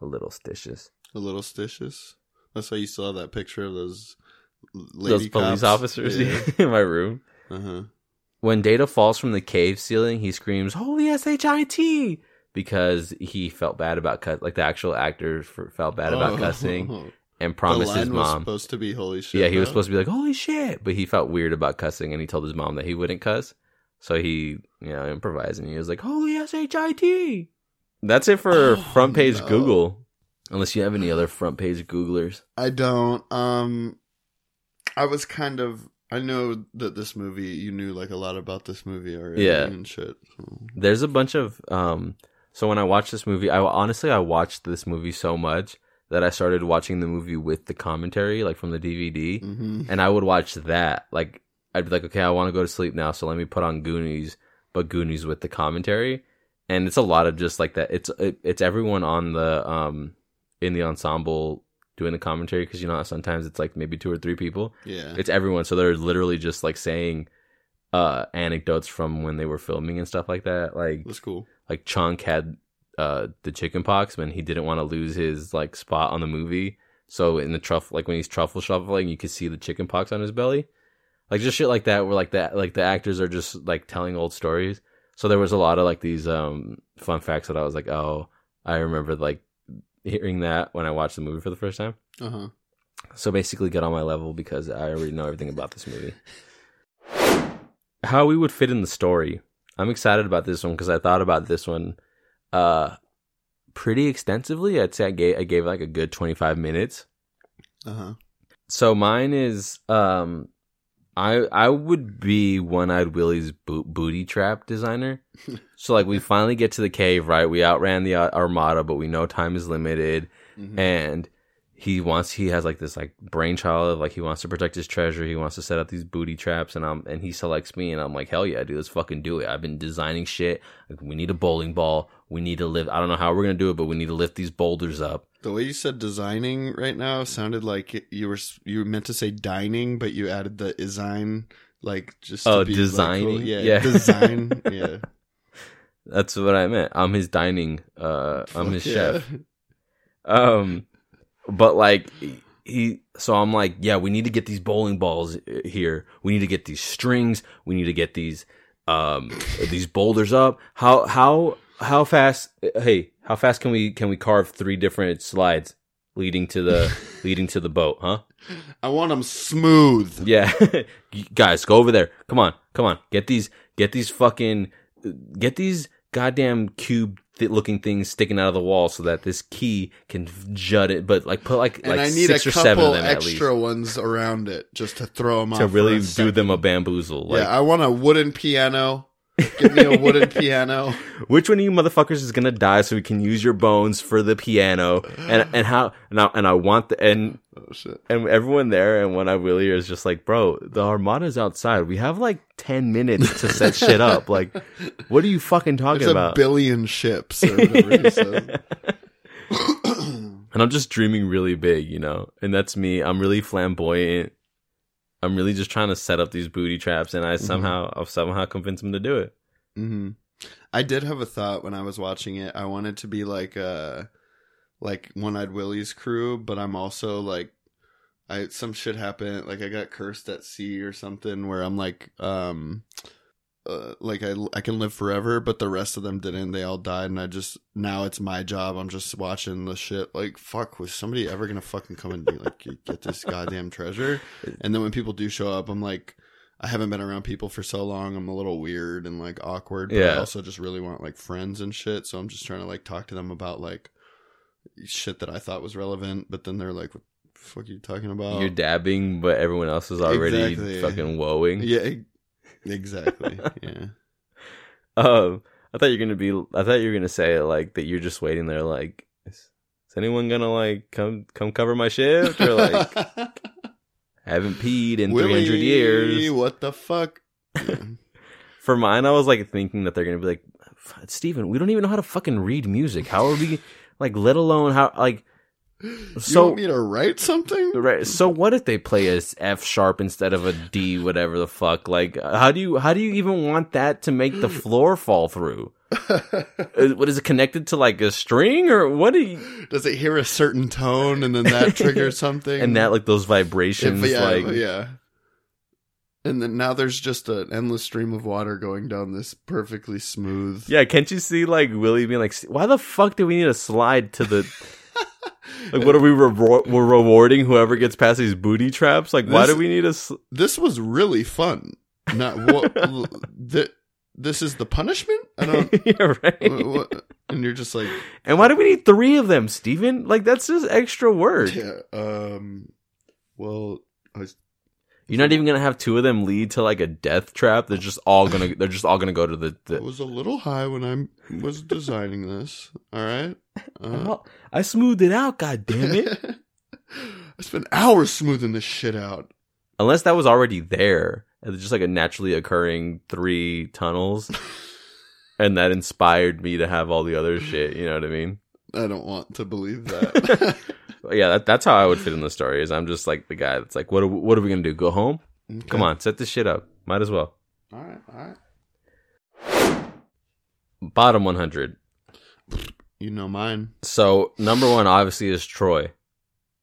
A: a little stitious.
B: A little stitious. That's why you still have that picture of those l- lady
A: Those police
B: cops.
A: officers (laughs)
B: Yeah.
A: in my room.
B: uh huh.
A: When Data falls from the cave ceiling, he screams "Holy shit!" because he felt bad about cuss. Like the actual actor f- felt bad about
B: (laughs)
A: cussing and promised
B: Oh. the line
A: his
B: was
A: mom.
B: supposed to be holy shit.
A: Yeah, he was
B: though.
A: supposed to be like, "Holy shit!" But he felt weird about cussing, and he told his mom that he wouldn't cuss. So he, you know, improvised, and he was like, "Holy shit!" That's it for
B: Oh,
A: front page
B: no.
A: Google. Unless you have any other front page Googlers,
B: I don't. Um, I was kind of. I know that this movie. You knew like a lot about this movie already.
A: Yeah.
B: and shit. so-
A: there's a bunch of. Um, so when I watched this movie, I honestly I watched this movie so much that I started watching the movie with the commentary, like from the DVD.
B: Mhm.
A: and I would watch that. Like I'd be like, okay, I want to go to sleep now, so let me put on Goonies, but Goonies with the commentary. And it's a lot of just like that. It's it, it's everyone on the um in the ensemble doing the commentary because you know how sometimes it's like maybe two or three people.
B: Yeah.
A: It's everyone, so they're literally just like saying uh anecdotes from when they were filming and stuff like that. Like
B: That's cool.
A: like Chunk had uh the chicken pox when he didn't want to lose his like spot on the movie. So in the truff like when he's truffle shuffling, you could see the chicken pox on his belly. Like just shit like that where like that like the actors are just like telling old stories. So there was a lot of like these um fun facts that I was like, "Oh, I remember like hearing that when I watched the movie for the first time."
B: Uh huh.
A: So basically get on my level because I already know everything about this movie. How we would fit in the story. I'm excited about this one because I thought about this one uh pretty extensively. I'd say I gave I gave like a good 25 minutes.
B: Uh huh.
A: So mine is um I I would be one-eyed Willie's bo- booty trap designer. so like we finally get to the cave, right? We outran the uh, armada, but we know time is limited
B: Mm-hmm.
A: and he wants he has like this like brainchild of like he wants to protect his treasure he wants to set up these booty traps and i'm and he selects me and i'm like hell yeah dude let's fucking do it i've been designing shit like we need a bowling ball we need to lift i don't know how we're gonna do it but we need to lift these boulders up
B: The way you said designing right now sounded like you were s- you were meant to say dining, but you added the design, like just to
A: Oh,
B: be, like,
A: designing?
B: cool. yeah,
A: Yeah. (laughs)
B: design, yeah.
A: that's what i meant i'm his dining uh i'm his
B: Fuck
A: chef
B: yeah.
A: Um, but like he, so I'm like, yeah, we need to get these bowling balls here. We need to get these strings. We need to get these, um, these boulders up. How how how fast? Hey, how fast can we can we carve three different slides leading to the leading to the boat? Huh?
B: I want them smooth.
A: Yeah, (laughs) You guys, go over there. Come on, come on. Get these, get these fucking, get these goddamn cube th- looking things sticking out of the wall so that this key can jut it. But like, put like
B: and
A: like
B: I need a
A: six or seven
B: couple
A: of them at least
B: extra ones around it just to throw them off.
A: to
B: for
A: really
B: a
A: do
B: second.
A: them a bamboozle. Like,
B: yeah, I want a wooden piano. Give me a
A: (laughs)
B: wooden piano.
A: which one of you motherfuckers is gonna die so we can use your bones for the piano? And and how and I, and I want the and
B: (laughs) Oh shit!
A: and everyone there and when I Willie is just like, bro, the armada's outside. We have like ten minutes to set shit
B: (laughs)
A: up. Like, what are you fucking talking
B: It's a
A: about?
B: billion ships
A: (laughs)
B: or whatever. he said.
A: and I'm just dreaming really big, you know. And that's me. I'm really flamboyant. I'm really just trying to set up these booty traps, and I somehow, I'll somehow convince him to do it.
B: hmm I did have a thought when I was watching it. I wanted to be like uh like One Eyed Willie's crew, but I'm also like I some shit happened like I got cursed at sea or something where I'm like um uh, like I I can live forever, but the rest of them didn't. They all died, and I just now it's my job. I'm just watching the shit. Like fuck, was somebody ever gonna fucking come and be like get this goddamn treasure? And then when people do show up, I'm like. I haven't been around people for so long. I'm a little weird and like awkward. But I
A: Yeah.
B: also just really want like friends and shit. So I'm just trying to like talk to them about like shit that I thought was relevant. But then they're like, what the fuck are you talking about?
A: You're dabbing, but everyone else is already
B: Oh. Exactly.
A: fucking woeing.
B: Yeah, e- exactly.
A: (laughs)
B: yeah.
A: Um, I thought you're gonna be. I thought you were gonna say like that. You're just waiting there, like, is, is anyone gonna like come come cover my shift? Or
B: (laughs)
A: like, I haven't peed in three
B: Willie,
A: hundred years.
B: What the fuck?
A: (laughs)
B: Yeah.
A: For mine, I was like thinking that they're gonna be like, "F- Steven, we don't even know how to fucking read music. How are we like? Let alone how like.
B: you
A: So-
B: want me to write something?
A: (laughs) Right. So what if they play a F sharp instead of a D, whatever the fuck? Like, how do you how do you even want that to make the floor fall through? Is- What is it connected to like a string or what? Do you,
B: (laughs) Does it hear a certain tone and
A: (laughs)
B: then that triggers something?
A: and that like those
B: If-
A: vibrations,
B: yeah,
A: like
B: yeah. And then now there's just an endless stream of water going down this perfectly smooth.
A: Yeah, can't you see like Willie being like, why the fuck do we need a slide to
B: (laughs)
A: the like? What are we rewar- we're rewarding whoever gets past these booty traps? Like, why
B: This-
A: do we need a? Sl-
B: this was really fun. Not what th- this is the punishment. I don't.
A: (laughs) yeah, right.
B: wha- wha- and you're just like,
A: And why do we need three of them, Steven? Like, that's just extra work.
B: yeah. Um. Well,
A: You're not even gonna have two of them lead to like a death trap. They're just all gonna. They're just all gonna go to the.
B: I
A: the
B: was a little high when I was designing this. All right. (laughs) Uh,
A: Well, I smoothed it out. God Oh, damn it!
B: I spent hours smoothing this shit out.
A: Unless that was already there, and it's just like a naturally occurring three
B: (laughs)
A: tunnels, and that inspired me to have all the other shit. You know what I mean?
B: I don't want to believe
A: (laughs)
B: that.
A: But yeah, that, that's how I would fit in the story. Is I'm just like the guy that's like, what are, what are we gonna do? Go home? Come on, set this shit up. Might as well.
B: All right. All right.
A: Bottom 100.
B: You know mine.
A: So number one obviously is Troy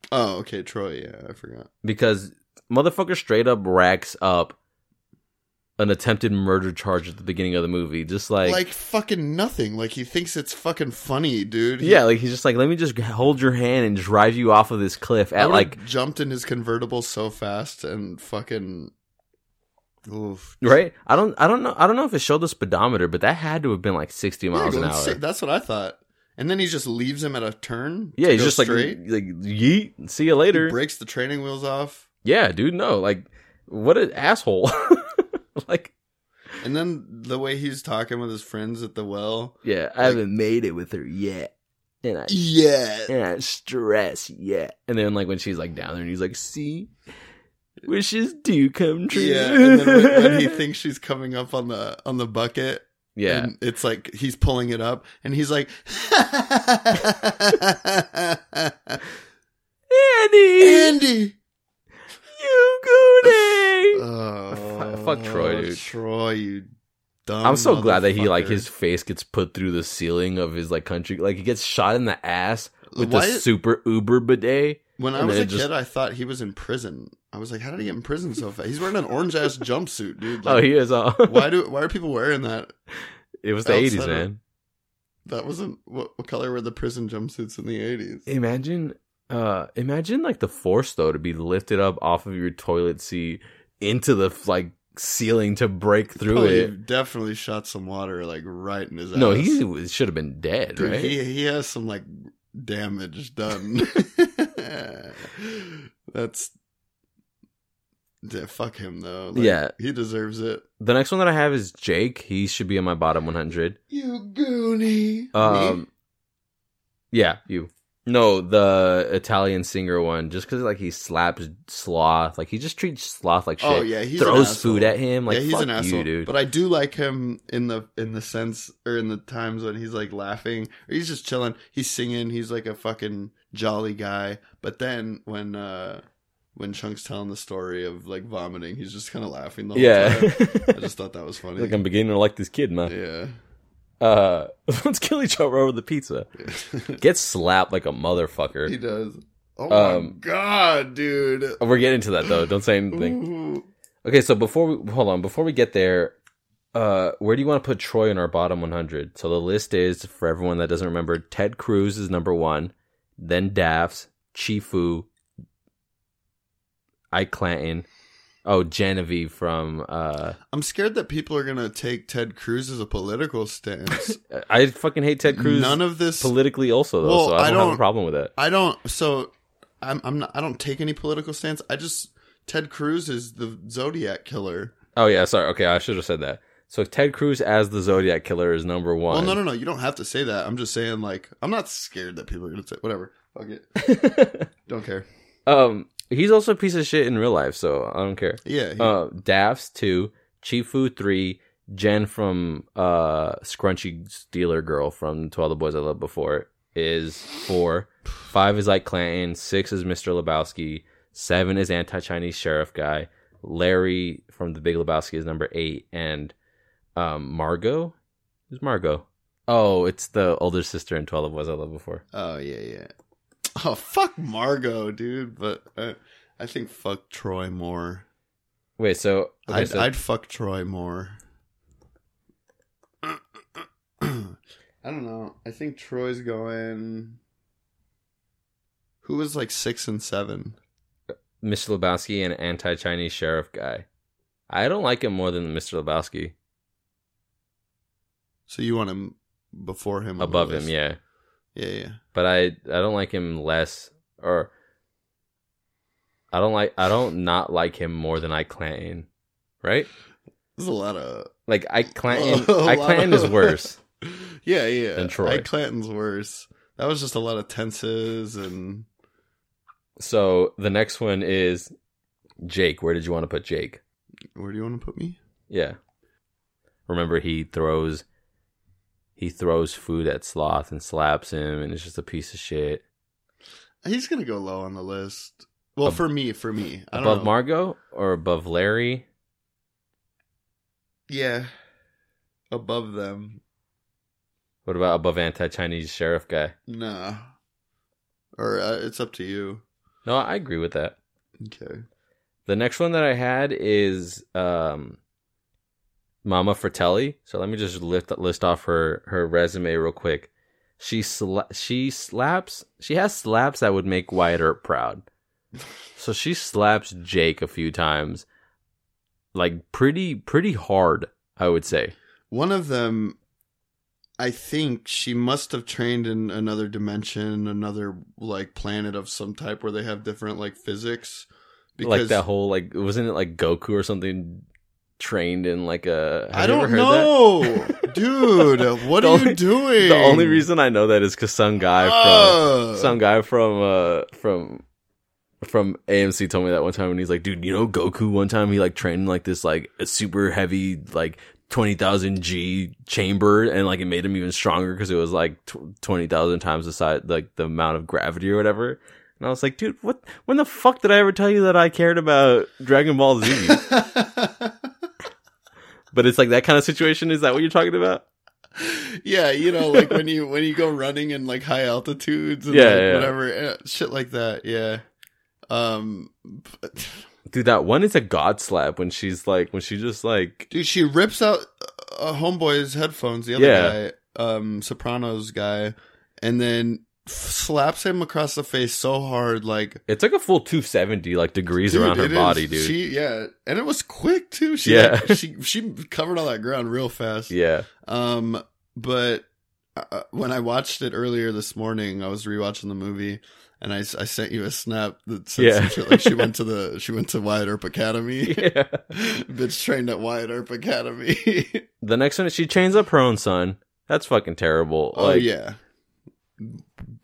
B: Oh, okay, Troy. Yeah, I forgot.
A: because motherfucker straight up racks up an attempted murder charge at the beginning of the movie. Just like,
B: Like, fucking nothing. Like he thinks it's fucking funny, dude. He-
A: yeah, like he's just like, let me just hold your hand and drive you off of this cliff
B: I
A: at
B: would've
A: like
B: jumped in his convertible so fast and fucking. Oof.
A: right. I don't, I don't know, I don't know if it showed the speedometer, but that had to have been like 60
B: Yeah,
A: miles
B: go
A: an hour.
B: si- That's what I thought. And then he just leaves him at a turn.
A: Yeah,
B: to
A: he's
B: go
A: just
B: straight.
A: like, like yeet, see you
B: He
A: later.
B: breaks the training wheels off,
A: Yeah, dude, no, like, what an asshole. (laughs) like,
B: and then the way he's talking with his friends at the well.
A: yeah, I haven't made it with her yet, and I
B: Yeah.
A: and I'm stressed yet. And then like when she's like down there, and he's like, "See, wishes do come true."
B: Yeah, and then
A: (laughs)
B: when, when he thinks she's coming up on the on the bucket,
A: yeah,
B: And it's like he's pulling it up and
A: (laughs)
B: he's like
A: Andy,
B: Andy.
A: you goody.
B: Oh,
A: Fu- fuck Troy, dude.
B: Troy, you dumb.
A: I'm so glad that he like
B: motherfucker.
A: his face gets put through the ceiling of his like country, like he gets shot in the ass with
B: Why-
A: the super uber bidet.
B: when I
A: and
B: was
A: then
B: a
A: it just-
B: kid, I thought he was in prison. I was like, how did he get in prison so fast? He's wearing an orange ass jumpsuit, dude.
A: Oh,
B: Like,
A: he is. Uh, (laughs)
B: why do why are people wearing that?
A: it was the
B: Outside
A: '80s,
B: of-
A: man.
B: That wasn't what, what color were the prison jumpsuits in the eighties?
A: imagine uh imagine like the force though to be lifted up off of your toilet seat into the like ceiling to break through
B: Oh,
A: it
B: definitely shot some water like right in his ass.
A: no he was- should have been dead
B: Dude,
A: right
B: he he has some like damage done. (laughs) That's yeah, fuck him though. Like,
A: Yeah.
B: he deserves it.
A: the next one that i have is jake he should be in my bottom 100
B: You goonie.
A: um yeah you no the italian singer one just because like he slaps sloth like he just treats sloth like shit
B: oh yeah, he's an
A: throws
B: asshole.
A: food at him like
B: yeah, he's
A: fuck
B: an asshole.
A: you dude
B: But I do like him in the in the sense or in the times when he's like laughing or he's just chilling. He's singing. He's like a fucking jolly guy. But then when uh when Chunk's telling the story of like vomiting, he's just kind of laughing the whole
A: yeah (laughs)
B: time. I just thought that was funny.
A: like i'm beginning to like this kid man
B: Yeah.
A: Uh, (laughs) let's kill each other over the pizza. Gets slapped like a
B: he
A: motherfucker.
B: does. Oh my
A: Um,
B: god, dude.
A: We're getting to that though. Don't say anything.
B: Ooh.
A: Okay, so before we hold on, before we get there, Uh, where do you want to put Troy in our bottom 100? So the list is for everyone that doesn't remember: Ted Cruz is number one, then Daffs, Chifu, Ike Clanton, oh Genevieve from. Uh,
B: I'm scared that people are gonna take Ted Cruz as a political stance.
A: I fucking hate (laughs) Ted Cruz.
B: None of this.
A: politically also though,
B: Well,
A: so I
B: I
A: don't, have
B: don't-
A: a problem with it.
B: I don't. So I'm. I'm not. I don't take any political stance. I just Ted Cruz is the Zodiac killer.
A: Oh yeah, sorry. Okay, I should have said that. So Ted Cruz as the Zodiac killer is number one.
B: Well, no, no, no. You don't have to say that. I'm just saying. Like, I'm not scared that people are gonna say whatever. Fuck it. Don't care.
A: (laughs) um, he's also a piece of shit in real life, so I don't care.
B: Yeah. he-
A: Uh, Daffs two, Chifu three, Jen from uh Scrunchy Steeler Girl from To All the Boys I Loved Before is four. Five is like Clanton. Six is Mr. Lebowski. Seven is anti Chinese sheriff guy. Larry from The Big Lebowski is number eight, and um Margot. Who's Margot? Oh, it's the older sister in Twelve Was I Love Before.
B: oh yeah, yeah. Oh fuck Margot, dude. But uh, I think fuck Troy more.
A: Wait, so okay,
B: I'd,
A: so
B: I'd fuck Troy more. (clears throat) I don't know. I think Troy's going. Who was like six and seven?
A: Mr. Lebowski and anti Chinese sheriff guy. I don't like him more than Mr. Lebowski.
B: So you want him before him? on the
A: above him,
B: list.
A: yeah.
B: Yeah, yeah.
A: But I I don't like him less or I don't like I don't not like him more than I Clanton, right?
B: There's a lot of.
A: Like I
B: (laughs)
A: Clanton,
B: A lot
A: I Clanton is
B: of-
A: worse.
B: Yeah, yeah.
A: Than Troy.
B: Ike Clanton's worse. That was just a lot of tenses and
A: So the next one is Jake. Where did you want to put Jake?
B: where do you want to put me?
A: Yeah, remember he throws he throws food at Sloth and slaps him, and it's just a piece of shit.
B: He's gonna go low on the list. Well,
A: Ab-
B: for me, for me, I don't
A: Above
B: know.
A: Margot or above Larry?
B: Yeah, above them.
A: What about above anti Chinese sheriff guy?
B: Nah. Or uh, it's up to you.
A: No, I agree with that.
B: Okay.
A: The next one that I had is um, Mama Fratelli. So let me just lift, list off her, her resume real quick. She sla- she slaps she has slaps that would make Wyatt Earp proud. So she slaps Jake a few times, like pretty pretty hard, I would say.
B: One of them, I think she must have trained in another dimension, another like planet of some type where they have different like physics.
A: like that whole like wasn't it like Goku or something trained in like a have
B: I
A: you ever
B: don't
A: heard that? (laughs)
B: know, dude. What
A: The
B: are
A: only-
B: you doing?
A: The only reason I know that is because some guy from
B: Uh, (laughs)
A: some guy from uh from from AMC told me that one time and he's like, dude, you know Goku one time he like trained in, like this like a super heavy like 20,000 G chamber and like it made him even stronger cuz it was like tw- 20,000 times the size like the amount of gravity or whatever. And I was like, dude, what when the fuck did I ever tell you that I cared about Dragon Ball Z? (laughs) but it's like that kind of situation is that what you're talking about?
B: yeah, you know, like when you when you go running in like high altitudes and
A: Yeah,
B: like,
A: yeah.
B: whatever eh, shit like that. Yeah. Um, (laughs)
A: Dude, that one is a god slap when she's like when she just like
B: dude, she rips out uh, homeboy's headphones. The other
A: Yeah.
B: guy, um, Sopranos guy, and then f- slaps him across the face so hard, like
A: It took a full 270 like degrees
B: dude,
A: around her
B: it is-
A: body, dude.
B: She yeah, and it was quick too. She,
A: Yeah.
B: she she covered all that ground real fast. (laughs)
A: yeah.
B: Um, but uh, when I watched it earlier this morning, I was rewatching the movie, and I, I sent you a snap that said
A: Yeah.
B: some shit like she
A: (laughs)
B: went to the she went to Wyatt Earp Academy.
A: yeah.
B: (laughs) Bitch trained at Wyatt Earp Academy. (laughs)
A: The next one is she chains up her own son. That's fucking terrible.
B: oh
A: like,
B: yeah,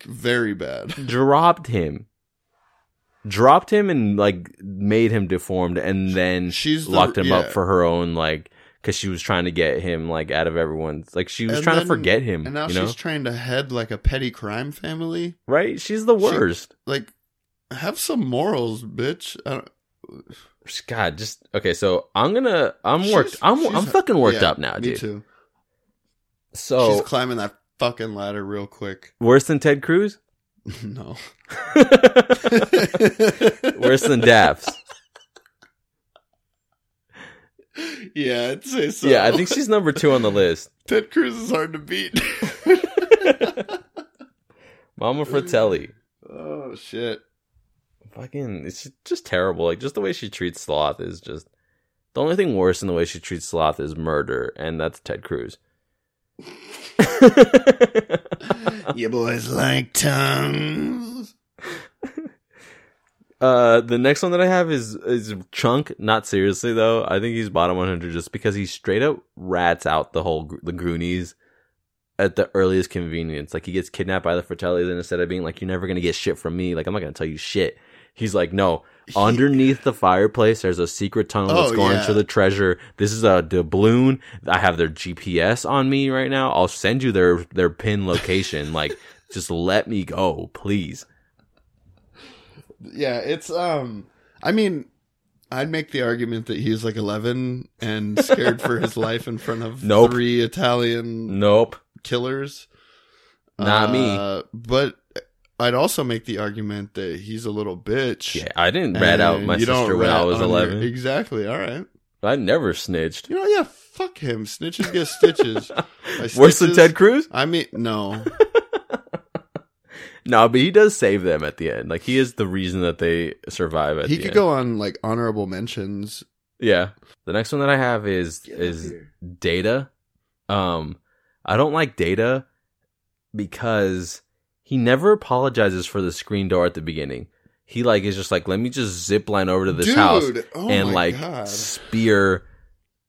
B: very bad.
A: Dropped him. Dropped him and like made him deformed and then
B: She's the-
A: locked him
B: yeah.
A: up for her own like because she was trying to get him like out of everyone's like she was
B: And
A: trying to
B: then-
A: forget him.
B: And now
A: you
B: she's
A: know?
B: trying to head like a petty crime family.
A: right? She's the
B: She-
A: worst.
B: Like, have some morals, bitch. I don't,
A: God, just okay. So I'm gonna I'm worked.
B: She's-
A: I'm
B: she's-
A: I'm fucking worked
B: yeah,
A: up now,
B: me
A: dude.
B: too.
A: So Oh.
B: She's climbing that fucking ladder real quick. (laughs)
A: worse than Ted Cruz. (laughs)
B: no.
A: worse than Daffs.
B: Yeah, I'd say (laughs) so.
A: Yeah, I think she's number two on the list.
B: (laughs) Ted Cruz is hard to beat. (laughs)
A: Mama Fratelli.
B: oh shit.
A: (laughs) Fucking, it's just terrible. Like, just the way she treats Sloth is just. The only thing worse than the way she treats Sloth is murder, and that's Ted Cruz. (laughs)
B: You boys like tongues.
A: Uh, the next one that I have is is Chunk. Not seriously though. I think he's bottom 100 just because he straight up rats out the whole gr- the Goonies at the earliest convenience. Like he gets kidnapped by the Fratellis, and instead of being like, "You're never gonna get shit from me," like I'm not gonna tell you shit. He's like, "No." Underneath the fireplace, there's a secret tunnel that's
B: Oh,
A: going
B: yeah.
A: to the treasure. This is a doubloon. I have their GPS on me right now. I'll send you their their pin
B: (laughs)
A: location. like, just let me go, please.
B: Yeah, it's um I mean I'd make the argument that he's like 11 and scared for
A: (laughs)
B: his life in front of
A: Nope.
B: three Italian
A: Nope.
B: killers.
A: Not
B: me. But I'd also make the argument that he's a little bitch.
A: Yeah, I didn't rat out
B: and
A: my
B: you don't
A: sister when I
B: rat
A: was
B: on your-
A: 11.
B: Exactly. All right.
A: I never snitched.
B: You know, yeah, fuck him. Snitches get stitches. By
A: Worse than
B: snitches-
A: Ted Cruz?
B: I mean, no.
A: (laughs) No, but he does save them at the end. Like he is the reason that they survive at
B: he
A: the
B: could
A: end.
B: go on like honorable mentions.
A: Yeah. The next one that I have is is Data. Um I don't like Data because he never apologizes for the screen door at the beginning. He like is just like, let me just zip line over to this house
B: oh
A: and
B: my
A: like
B: God.
A: spear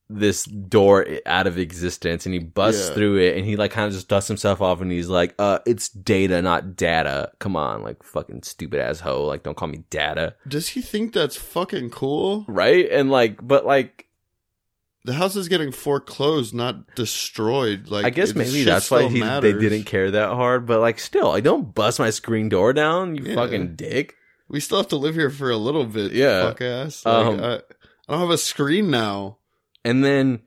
A: this door i- out of existence and he busts
B: Yeah.
A: through it and he like kind of just dusts himself off and he's like uh it's data not data come on like fucking stupid ass hoe like don't call me data
B: Does he think that's fucking cool?
A: right and like but like
B: The house is getting foreclosed, not destroyed. Like
A: i guess
B: it-
A: maybe
B: shit
A: that's why
B: still
A: he they
B: matters.
A: didn't care that hard but like still i don't bust my screen door down you
B: Yeah.
A: fucking dick
B: We still have to live here for a little bit.
A: Yeah.
B: fuck ass. Like,
A: Um,
B: I, I don't have a screen now.
A: and then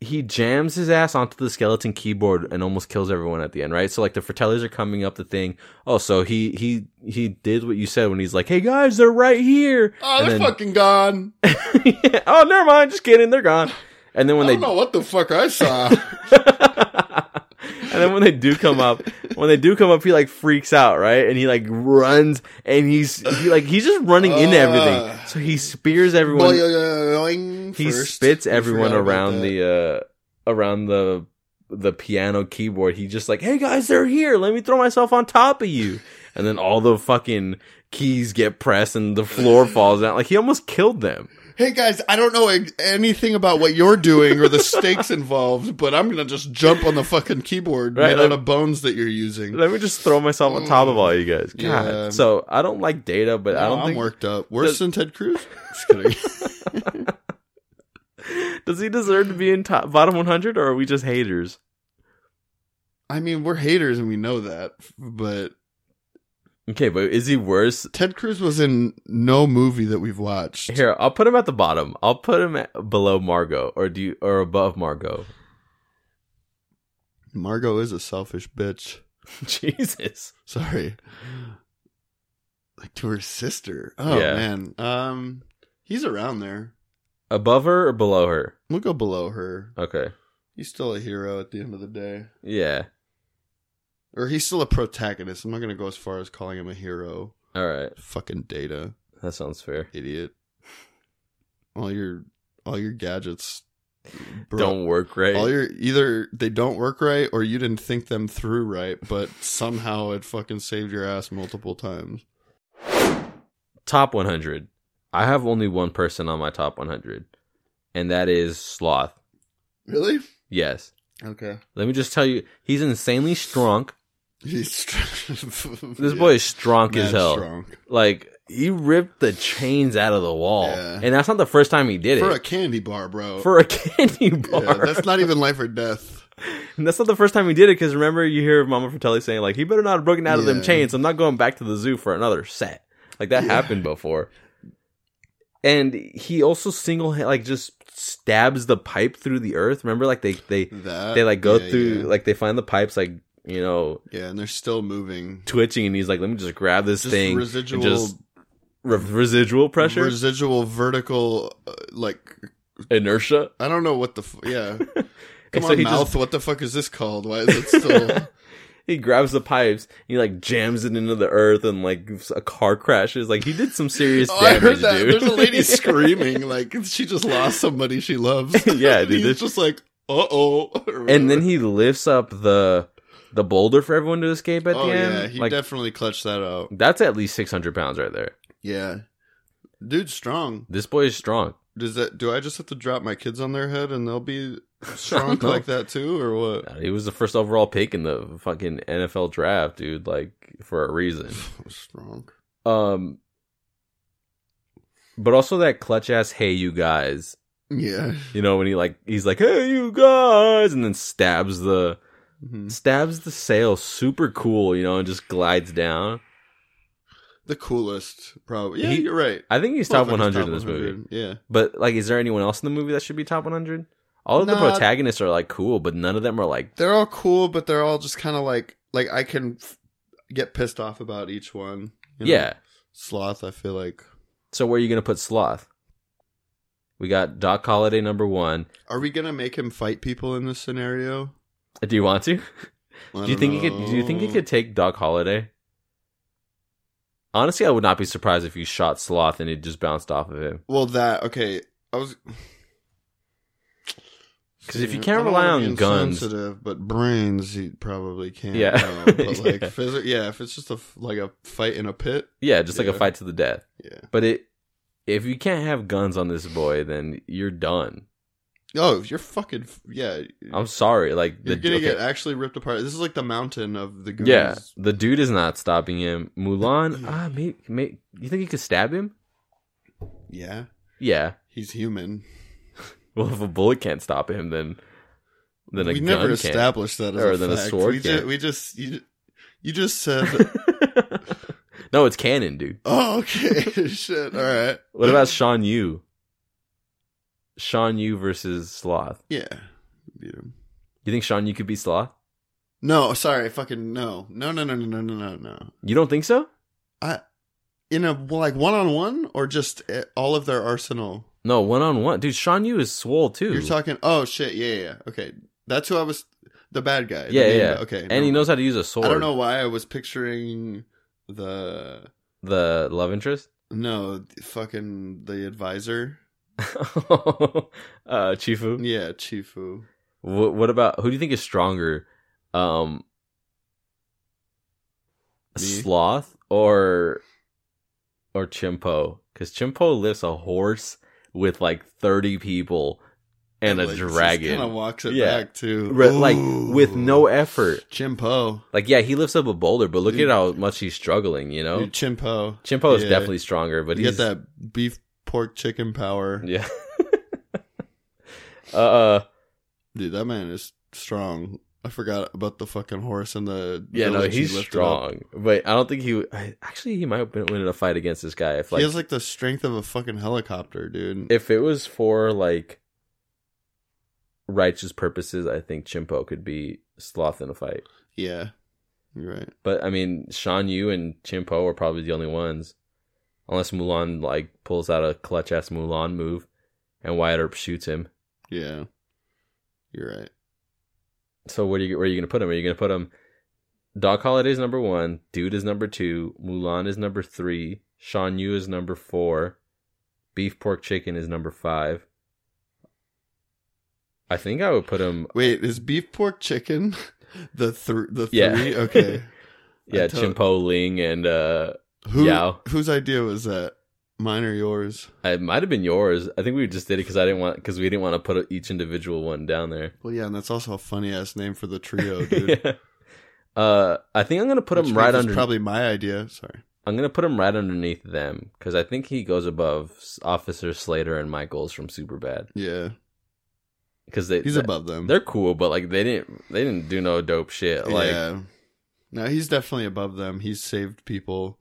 A: he jams his ass onto the skeleton keyboard and almost kills everyone at the end, right? So like the Fratellis are coming up the thing. Oh, so he he he did what you said when he's like, "Hey guys, they're right here." (laughs)
B: Oh,
A: And
B: they're
A: then-
B: fucking gone.
A: oh, never mind, just kidding, they're gone. And then when
B: I
A: they
B: don't know what the fuck I saw.
A: and then when they do come up, when they do come up, he like freaks out, right? And he like runs and he's he like he's just running into everything.
B: Ah.
A: So he spears (laughs) everyone.
B: Boing
A: he
B: first.
A: spits
B: We
A: everyone
B: forgot about
A: around
B: that.
A: the uh around the the piano keyboard he just like hey guys they're here let me throw myself on top of you and then all the fucking keys get pressed and the
B: (laughs)
A: floor falls out like he almost killed them
B: Hey guys, I don't know ex- anything about what you're doing or
A: (laughs)
B: the stakes involved, but I'm gonna just jump on the fucking keyboard
A: Right,
B: made
A: like-
B: out of bones that you're using.
A: let me just throw myself on top of all you guys God.
B: Mm, Yeah.
A: so i don't like data but i
B: No,
A: don't
B: I'm
A: think
B: worked up. Worse than Ted Cruz? Just kidding.
A: does he deserve to be in top bottom 100 or are we just haters
B: I mean, we're haters and we know that, but
A: okay but is he worse
B: Ted Cruz was in no movie that we've watched.
A: here i'll put him at the bottom i'll put him at, below margot or do you or above (laughs) margot
B: Margot is a selfish bitch. (laughs)
A: jesus
B: Sorry. Like to her sister. Oh
A: Yeah.
B: man. Um he's around there.
A: Above her or below her?
B: We'll go below her.
A: Okay.
B: He's still a hero at the end of the day.
A: Yeah.
B: Or he's still a protagonist. I'm not gonna go as far as calling him a hero.
A: All right.
B: Fucking data,
A: That sounds fair.
B: idiot. All your all your gadgets bro-
A: Don't work right.
B: all your either they don't work right or you didn't think them through right, but somehow it fucking saved your ass multiple times.
A: top 100. I have only one person on my top 100, and that is Sloth.
B: Really?
A: Yes.
B: Okay.
A: Let me just tell you, he's insanely strong.
B: He's (laughs)
A: This boy is strong as hell.
B: Strong.
A: Like, he ripped the chains out of the wall.
B: Yeah.
A: And that's not the first time he did
B: For a
A: it.
B: candy bar, bro.
A: For a (laughs) candy
B: yeah,
A: bar. (laughs)
B: that's not even life or death.
A: And that's not the first time he did it, because remember, you hear Mama Fratelli saying, like, he better not have broken out of them
B: Yeah.
A: chains. I'm not going back to the zoo for another set. Like, that
B: Yeah.
A: happened before. And he also single, like, just stabs the pipe through the earth. Remember, like, they, they,
B: That
A: they, like, go
B: Uh, yeah,
A: through,
B: yeah.
A: like, they find the pipes, like, you know,
B: Yeah, and they're still moving.
A: twitching, and he's like, let me just grab this
B: Just
A: thing.
B: residual
A: just re- residual pressure?
B: residual vertical uh, like
A: inertia.
B: I don't know what the f-
A: (laughs)
B: yeah.
A: And
B: Come
A: so
B: on,
A: he just-
B: mouth. What the fuck is this called? Why is it still?
A: (laughs) he grabs the pipes, he like jams it into the earth, and like a car crashes. Like he did some serious
B: (laughs) oh, I
A: damage,
B: heard that.
A: dude.
B: There's
A: (laughs)
B: a lady (laughs) screaming like she just lost somebody she loves.
A: Yeah,
B: And
A: dude,
B: He's
A: this-
B: just like, uh (laughs) oh.
A: and then he lifts up the the boulder for everyone to escape at
B: oh
A: the end.
B: yeah, he
A: like
B: definitely clutched that out.
A: that's at least six hundred pounds right there.
B: Yeah, dude, strong.
A: This boy is strong.
B: Does that? Do I just have to drop my kids on their head and they'll be
A: (laughs) I
B: strong
A: don't know.
B: like that too, or what?
A: He was the first overall pick in the fucking NFL draft, dude. Like for a reason.
B: (sighs) strong.
A: Um, but also that clutch ass "Hey, you guys,"
B: Yeah.
A: you know, when he like he's like "Hey, you guys," and then stabs the Mm-hmm.
B: Mhm.
A: stabs the sail super cool, you know, and just glides down.
B: The coolest, probably. Yeah,
A: He-
B: you're right.
A: I think he's top
B: Motherfucker's
A: one hundred in this movie.
B: 100, Yeah.
A: But like, is there anyone else in the movie that should be top one hundred? All of the
B: Nah.
A: protagonists are like cool, but none of them are like
B: They're all cool, but they're all just kind of like, like I can f- get pissed off about each one. you know?
A: yeah.
B: Sloth, I feel like.
A: So where are you gonna put Sloth? We got Doc Holliday number one.
B: Are we going to make him fight people in this scenario?
A: Uh, Do you want to?
B: I
A: Do you
B: don't
A: think he could? Do you think he
B: know.
A: could take Doc Holliday? Honestly, I would not be surprised if he shot Sloth and it just bounced off of him.
B: Well, that, okay. I was.
A: (sighs) 'Cause if you
B: I
A: can't
B: don't
A: rely
B: wanna
A: on
B: be
A: guns-
B: insensitive, but brains, he probably can.
A: Yeah. (laughs)
B: no, but like,
A: Yeah.
B: Phys- yeah, if it's just a f- like a fight in a pit,
A: Yeah, just like
B: Yeah.
A: a fight to the death.
B: yeah.
A: But it, if you can't have guns on this boy, then you're done.
B: Oh, you're fucking f- yeah.
A: I'm sorry. Like the
B: You're gonna
A: okay,
B: get actually ripped apart. This is like the mountain of the goons.
A: yeah, the dude is not stopping him.
B: (laughs)
A: Mulan, ah, may, may, you think he could stab him?
B: yeah.
A: Yeah.
B: He's human.
A: Well, if a bullet can't stop him, then then a
B: we
A: gun
B: never
A: can. (laughs)
B: established that as
A: Or
B: a
A: than a
B: fact.
A: sword
B: we,
A: can.
B: ju- we just you, you just said
A: (laughs) no, it's canon, dude.
B: oh okay (laughs) shit all right.
A: What about Sean Yu? Sean Yu versus Sloth.
B: yeah? Beat him.
A: You think Sean Yu could beat Sloth?
B: No, sorry, fucking no, no, no, no, no, no, no, no, no.
A: You don't think so?
B: In a like one on one or just eh, all of their arsenal.
A: No, one on one, dude. Sean Yu is swole too.
B: You're talking. Oh shit, yeah, yeah, yeah. Okay, that's who I was. The bad guy. the
A: Yeah,
B: main
A: yeah.
B: guy. Okay,
A: and he
B: no.
A: knows how to use a sword.
B: I don't know why I was picturing the
A: the love interest. (laughs)
B: no th- fucking the advisor.
A: uh, Chifu.
B: Yeah, Chifu.
A: What, what about who do you think is stronger, um,
B: Me?
A: sloth or or chimpo? Because chimpo lifts a horse with like thirty people and, a dragon,
B: Kind of walks it
A: Yeah.
B: back too.
A: Re- like with
B: Ooh.
A: no effort.
B: Chimpo.
A: Like yeah, he lifts up a boulder, but look
B: Dude.
A: at how much he's struggling. You know,
B: Dude, Chimpo.
A: chimpo is
B: yeah.
A: definitely stronger, but
B: But you
A: he's
B: get that beef pork chicken power.
A: (laughs) yeah. (laughs) uh,
B: Dude, that man is strong. I forgot about the fucking horse and the
A: yeah, no,
B: village he
A: he's
B: lifted up.
A: strong, but I don't think he. I- Actually, he might have been winning a fight against this guy if like
B: he has like the strength of a fucking helicopter, dude.
A: if it was for like righteous purposes, I think Chimpo could be sloth in a fight.
B: yeah, you're right.
A: But I mean, Sean Yu and Chimpo are probably the only ones, unless Mulan like pulls out a clutch ass Mulan move, and Wyatt Earp shoots him.
B: Yeah, you're right.
A: So what are you where are you gonna put him? Are you gonna put him? Doc Holiday's number one, Dude is number two, Mulan is number three, Sean Yu is number four, Beef Pork Chicken is number five. I think I would put him
B: Wait, is beef pork chicken (laughs) the thr the three?
A: Yeah.
B: Okay.
A: (laughs) Yeah,
B: I tot-
A: Chimpo Ling and uh
B: Who
A: Yao.
B: whose idea was that? Mine or yours?
A: it might have been yours. I think we just did it because I didn't want because we didn't want to put each individual one down there.
B: Well, yeah, and that's also a funny ass name for the trio, Oh,
A: (laughs)
B: dude.
A: Uh, I think I'm gonna put
B: Which
A: him right
B: means it's
A: under.
B: Probably my idea. Sorry.
A: I'm gonna put him right underneath them because I think he goes above S- Officer Slater and Michaels from Superbad
B: Yeah,
A: because they
B: he's
A: they-
B: above them.
A: They're cool, but like they didn't they didn't do no dope shit. Like yeah.
B: yeah. No, he's definitely above them. He's saved people.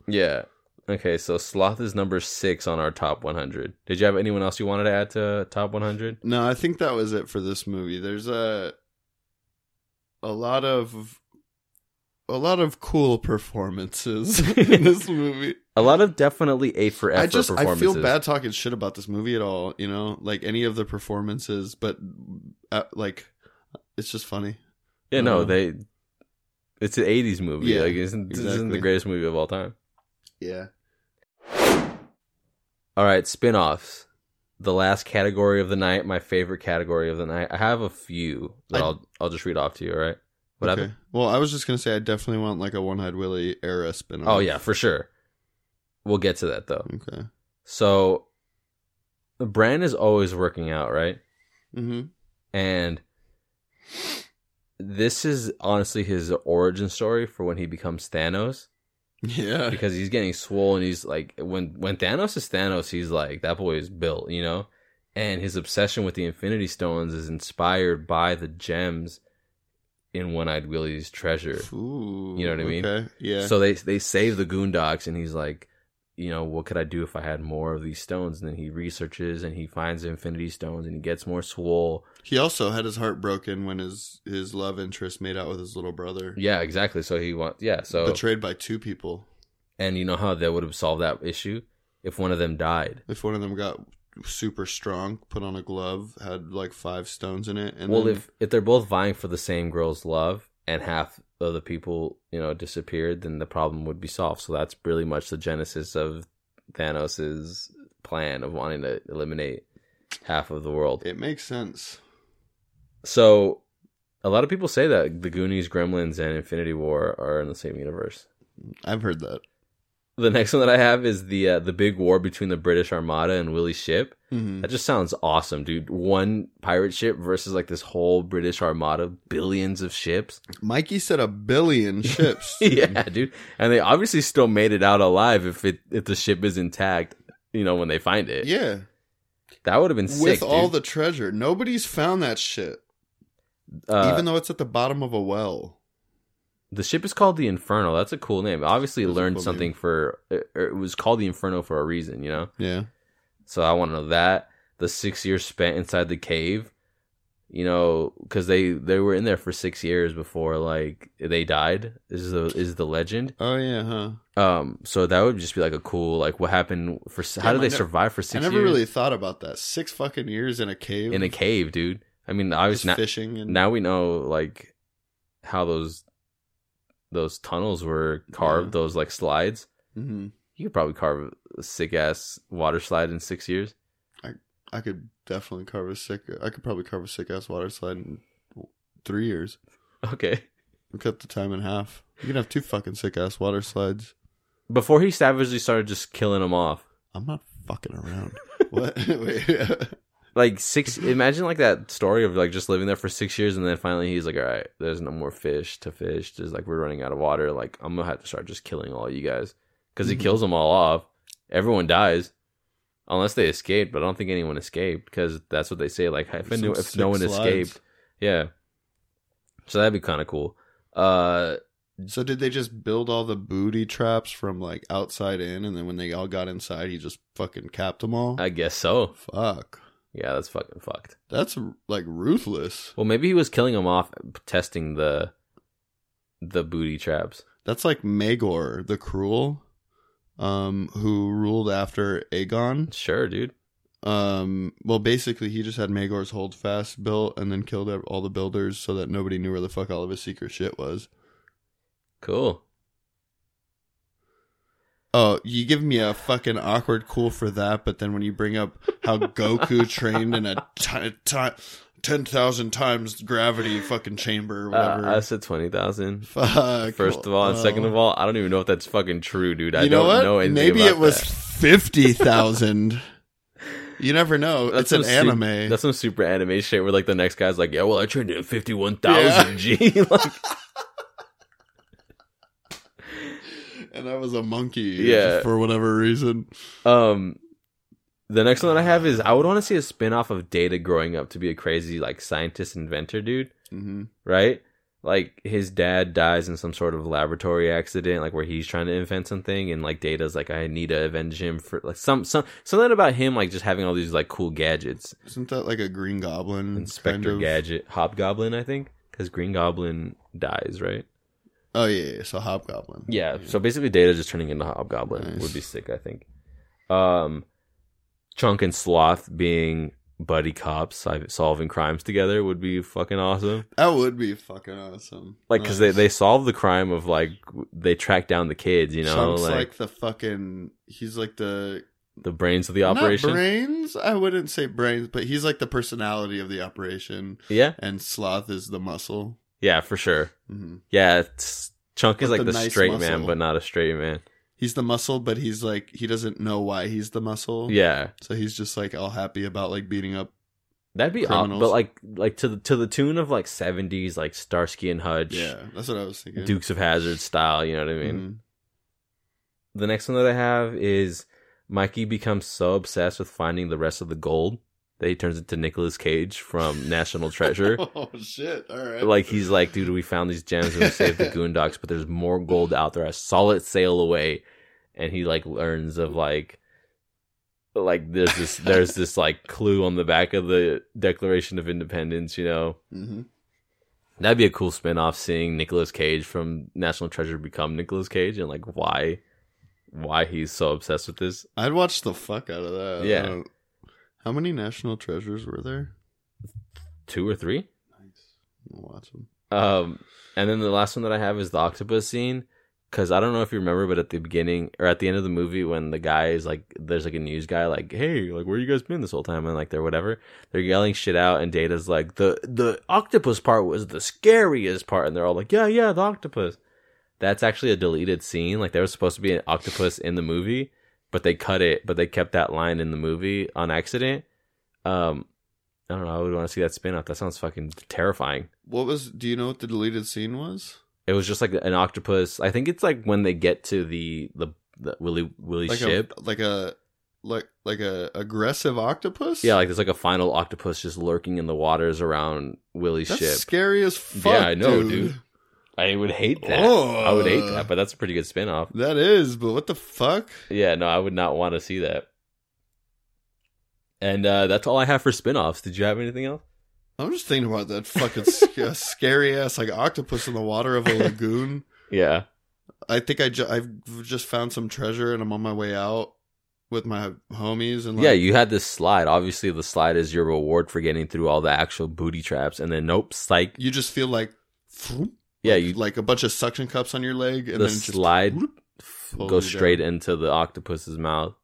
A: Okay, so Sloth is number six on our top 100. Did you have anyone else you wanted to add to top 100?
B: No, I think that was it for this movie. There's a a lot of a lot of cool performances (laughs)
A: (laughs)
B: in this movie.
A: A lot of definitely A for effort
B: I just I
A: performances.
B: feel bad talking shit about this movie at all. You know, like any of the performances, but uh, like it's just funny.
A: Yeah, no,
B: Um,
A: they. It's an '80s movie.
B: Yeah,
A: like, isn't, this isn't the
B: exactly.
A: greatest movie of all time.
B: Yeah.
A: All right, spin-offs. The last category of the night, my favorite category of the night. I have a few that
B: I-
A: I, will I'll just read off to you. All right. What
B: okay.
A: happened?
B: Well, I was just gonna say I definitely want like a One Eyed Willy era spin.
A: Oh yeah, for sure. We'll get to that though.
B: Okay.
A: So, Bran is always working out, right?
B: Mm-hmm.
A: And this is honestly his origin story for when he becomes Thanos.
B: (laughs) (laughs) Yeah.
A: because he's getting swole and he's like when when Thanos is Thanos, he's like that boy is built, you know. And his obsession with the Infinity Stones is inspired by the gems in One Eyed Willie's treasure.
B: Ooh,
A: You know what I mean?
B: Okay. Yeah.
A: So they they save the Goondocks, and he's like, you know, what could I do if I had more of these stones? And then he researches and he finds the Infinity Stones and he gets more swole.
B: he also had his heart broken when his his love interest made out with his little brother.
A: Yeah, exactly. So he wants yeah. So
B: Betrayed by two people.
A: and you know how that would have solved that issue if one of them died.
B: If one of them got super strong, put on a glove, had like five stones in it, and
A: well,
B: then,
A: if if they're both vying for the same girl's love and half of the people you know disappeared, then the problem would be solved. So that's really much the genesis of Thanos's plan of wanting to eliminate half of the world.
B: it makes sense.
A: So a lot of people say that the Goonies, Gremlins, and Infinity War are in the same universe.
B: I've heard that.
A: The next one that I have is the uh, the big war between the British Armada and Willie's ship.
B: Mm-hmm.
A: That just sounds awesome, dude. One pirate ship versus like this whole British Armada, billions of ships.
B: Mikey said
A: (laughs)
B: a billion ships.
A: yeah, dude. And they obviously still made it out alive if it if the ship is intact. You know when they find it,
B: Yeah.
A: that would have been
B: With
A: sick.
B: all
A: dude.
B: the treasure. Nobody's found that shit.
A: Uh,
B: even though it's at the bottom of a well.
A: the ship is called the Inferno. That's a cool name. Obviously,
B: That's a
A: learned
B: cool
A: something
B: name.
A: for it, it was called the Inferno for a reason. You know,
B: Yeah.
A: so I want to know that the six years spent inside the cave. You know, because they they were in there for six years before like they died. Is the is the legend?
B: Oh yeah, huh?
A: Um, so that would just be like a cool like what happened for s how
B: Damn,
A: did
B: I
A: they
B: nev-
A: survive for six
B: I never
A: years?
B: really thought about that. Six fucking years in a cave.
A: in a cave, dude. I mean,
B: just
A: obviously now,
B: fishing and
A: now we know like how those those tunnels were carved,
B: Yeah.
A: those like slides.
B: Mhm.
A: You could probably carve a sick ass water slide in six years. (laughs)
B: I could definitely carve a sick. I could probably carve a sick ass water slide in three years.
A: Okay.
B: Cut the time in half. You can have two fucking sick ass water slides.
A: Before he savagely started just killing them off,
B: I'm not fucking around. what? (laughs) Wait.
A: like six. Imagine like that story of like just living there for six years, and then finally he's like, "All right, there's no more fish to fish. There's like we're running out of water. Like I'm gonna have to start just killing all you guys because he
B: Mhm.
A: kills them all off. Everyone dies." Unless they escaped, but I don't think anyone escaped because that's what they say. Like if, I
B: Some
A: knew, if no
B: sick
A: one
B: slides.
A: escaped, yeah. So that'd be kind of cool. Uh,
B: So did they just build all the booty traps from like outside in, and then when they all got inside, he just fucking capped them all?
A: I guess so.
B: Fuck.
A: Yeah, that's fucking fucked.
B: That's like ruthless.
A: Well, maybe he was killing them off, testing the the booty traps.
B: That's like Magor the Cruel, um, who ruled after Aegon.
A: Sure, dude.
B: Um, well, basically, he just had Magor's holdfast built and then killed all the builders so that nobody knew where the fuck all of his secret shit was.
A: Cool.
B: Oh, you give me a fucking awkward cool for that, but then when you bring up how
A: (laughs)
B: Goku trained in a ti- ti- 10,000 times gravity fucking chamber or
A: Uh,
B: whatever.
A: I said twenty thousand.
B: fuck. Uh,
A: First of all, and second of all, I don't even know if that's fucking true, dude. I
B: you
A: don't
B: know what?
A: know anything
B: Maybe
A: about
B: it was
A: that.
B: 50,000. you never know.
A: That's
B: it's an
A: some
B: anime.
A: sup- That's some super anime shit where like the next guy's like, "Yeah, well, I trained at fifty one thousand G." (laughs) like,
B: and I was a monkey
A: Yeah.
B: for whatever reason.
A: um, the next one that I have is I would want to see a spin off of Data growing up to be a crazy like scientist inventor dude,
B: Mm-hmm.
A: right? Like his dad dies in some sort of laboratory accident, like where he's trying to invent something, and like Data's like, "I need to avenge him for like some some something about him like just having all these like cool gadgets."
B: Isn't that like a Green Goblin?
A: Inspector
B: Mm, kind of-
A: Gadget, Hobgoblin, I think, because Green Goblin dies, right?
B: Oh yeah, yeah, so Hobgoblin.
A: Yeah. So basically, Data just turning into Hobgoblin
B: Nice.
A: would be sick, I think. Um, Chunk and Sloth being buddy cops si- solving crimes together would be fucking awesome.
B: that would be fucking awesome.
A: Like, because they,
B: Nice.
A: they solve the crime of like w- they track down the kids, you know,
B: Chunk's like,
A: like,
B: the fucking he's like the
A: the brains of the
B: not
A: operation.
B: brains. I wouldn't say brains, but he's like the personality of the operation,
A: yeah,
B: and Sloth is the muscle.
A: yeah, for sure.
B: hmm
A: Yeah, it's, Chunk is
B: But
A: like the,
B: the nice
A: straight man,
B: muscle.
A: but not a straight man.
B: He's the muscle, but he's like he doesn't know why he's the muscle.
A: Yeah,
B: So he's just like all happy about like beating up.
A: that'd be awesome.
B: Criminals.
A: But like, like to the to the tune of like seventies, like Starsky and Hutch,
B: Yeah, that's what I was thinking.
A: Dukes of Hazard style. You know what I mean?
B: Mhm.
A: the next one that I have is Mikey becomes so obsessed with finding the rest of the gold that he turns into Nicolas Cage
B: (laughs)
A: from National Treasure.
B: oh shit! All right.
A: Like he's like, dude, we found these gems and we saved
B: (laughs)
A: the Goondocks, but there's more gold out there. I saw it sail away, and he like learns of like, like there's this there's this like clue on the back of the Declaration of Independence. You know,
B: hmm
A: that'd be a cool spin off seeing Nicolas Cage from National Treasure become Nicolas Cage and like why, why he's so obsessed with this.
B: I'd watch the fuck out of that. I
A: Yeah.
B: don't- How many national treasures were there?
A: two or three.
B: Nice. I'll watch them.
A: Um, and then the last one that I have is the octopus scene because I don't know if you remember, but at the beginning or at the end of the movie, when the guy is like, there's like a news guy, like, hey, like where you guys been this whole time, and like they're whatever, they're yelling shit out, and Data's like, the the octopus part was the scariest part, and they're all like, yeah, yeah, the octopus. That's actually a deleted scene. Like there was supposed to be an octopus in the movie, but they cut it, but they kept that line in the movie on accident. Um, I don't know. I would want to see that spin off. That sounds fucking terrifying.
B: What was? Do you know what the deleted scene was?
A: It was just like an octopus. I think it's like when they get to the the, the Willy Willy
B: Like
A: ship.
B: a like a like like a aggressive octopus.
A: yeah, like there's like a final octopus just lurking in the waters around Willy's
B: that's
A: ship.
B: scary as fuck.
A: Yeah, I know, dude. I would hate that.
B: Oh.
A: I would hate that, but that's a pretty good spin off.
B: That is, but what the fuck?
A: Yeah, no, I would not want to see that. And uh, that's all I have for spin offs. Did you have anything else?
B: I'm just thinking about
A: (laughs)
B: that fucking sc- uh, scary ass like octopus in the water of a lagoon.
A: Yeah.
B: I think I ju- I've just found some treasure and I'm on my way out with my homies and like,
A: yeah, you had this slide. Obviously, the slide is your reward for getting through all the actual booty traps. And then, nope, psych.
B: you just feel like
A: Yeah,
B: like,
A: you
B: like a bunch of suction cups on your leg and
A: the
B: then just
A: slide
B: whoop,
A: f-
B: pulls you
A: goes straight into the octopus's mouth.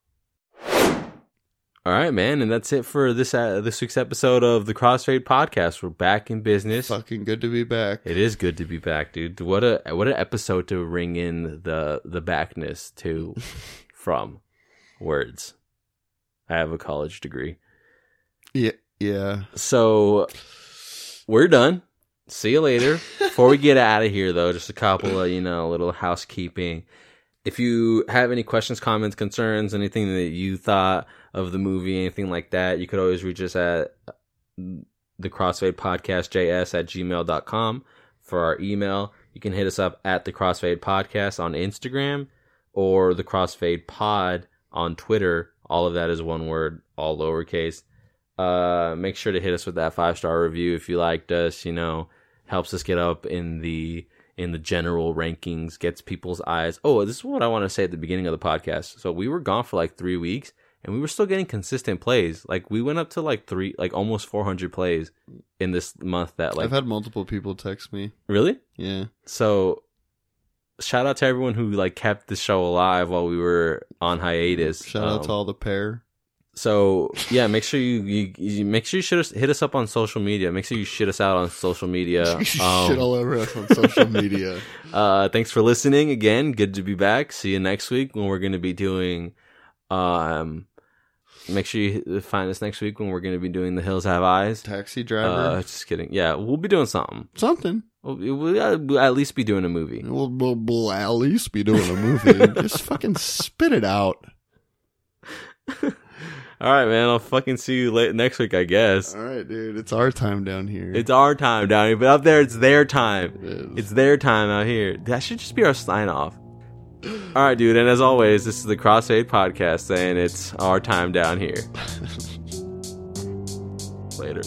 A: All right, man, and that's it for this uh, this week's episode of the Crossfade Podcast. We're back in business.
B: fucking good to be back.
A: It is good to be back, dude. What a what an episode to ring in the the backness to from words. I have a college degree,
B: Yeah.
A: so we're done. See you later. Before we get out of here, though, just a couple of, you know, little housekeeping. If you have any questions, comments, concerns, anything that you thought of the movie, anything like that, you could always reach us at the crossfade podcast js at gmail.com for our email. You can hit us up at the crossfade podcast on Instagram or the crossfade pod on Twitter. All of that is one word, all lowercase. Uh, make sure to hit us with that five star review if you liked us. You know, helps us get up in the in the general rankings, gets people's eyes. Oh, this is what I want to say at the beginning of the podcast. So we were gone for like three weeks, and we were still getting consistent plays. Like we went up to like three, like almost four hundred plays in this month. That (laughs) like
B: I've had multiple people text me.
A: really.
B: Yeah.
A: So shout out to everyone who like kept the show alive while we were on hiatus.
B: Shout out
A: Um,
B: to all the pair.
A: so yeah, make sure you, you, you make sure you shit us, hit us up on social media. Make sure you shit us out on social
B: (laughs)
A: media.
B: Shit
A: Um,
B: all over us on social
A: (laughs)
B: media.
A: uh, thanks for listening again. Good to be back. See you next week when we're going to be doing. Um, make sure you find us next week when we're going to be doing the Hills Have Eyes.
B: Taxi driver.
A: Uh, just kidding. Yeah, we'll be doing something.
B: Something.
A: We'll, we'll we'll at least be doing a movie.
B: We'll, we'll, we'll at least be doing a movie.
A: (laughs)
B: Just fucking spit it out.
A: All right, man. I'll fucking see you late next week, I guess.
B: All right, dude. It's our time down here.
A: It's our time down here, but up there, it's their time.
B: It is.
A: It's their time out here. That should just be our sign off. All right, dude. And as always, this is the Crossfade Podcast saying it's our time down here. Later.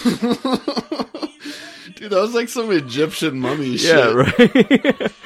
B: (laughs) Dude, that was like some Egyptian mummy shit.
A: (laughs) Yeah, right. (laughs)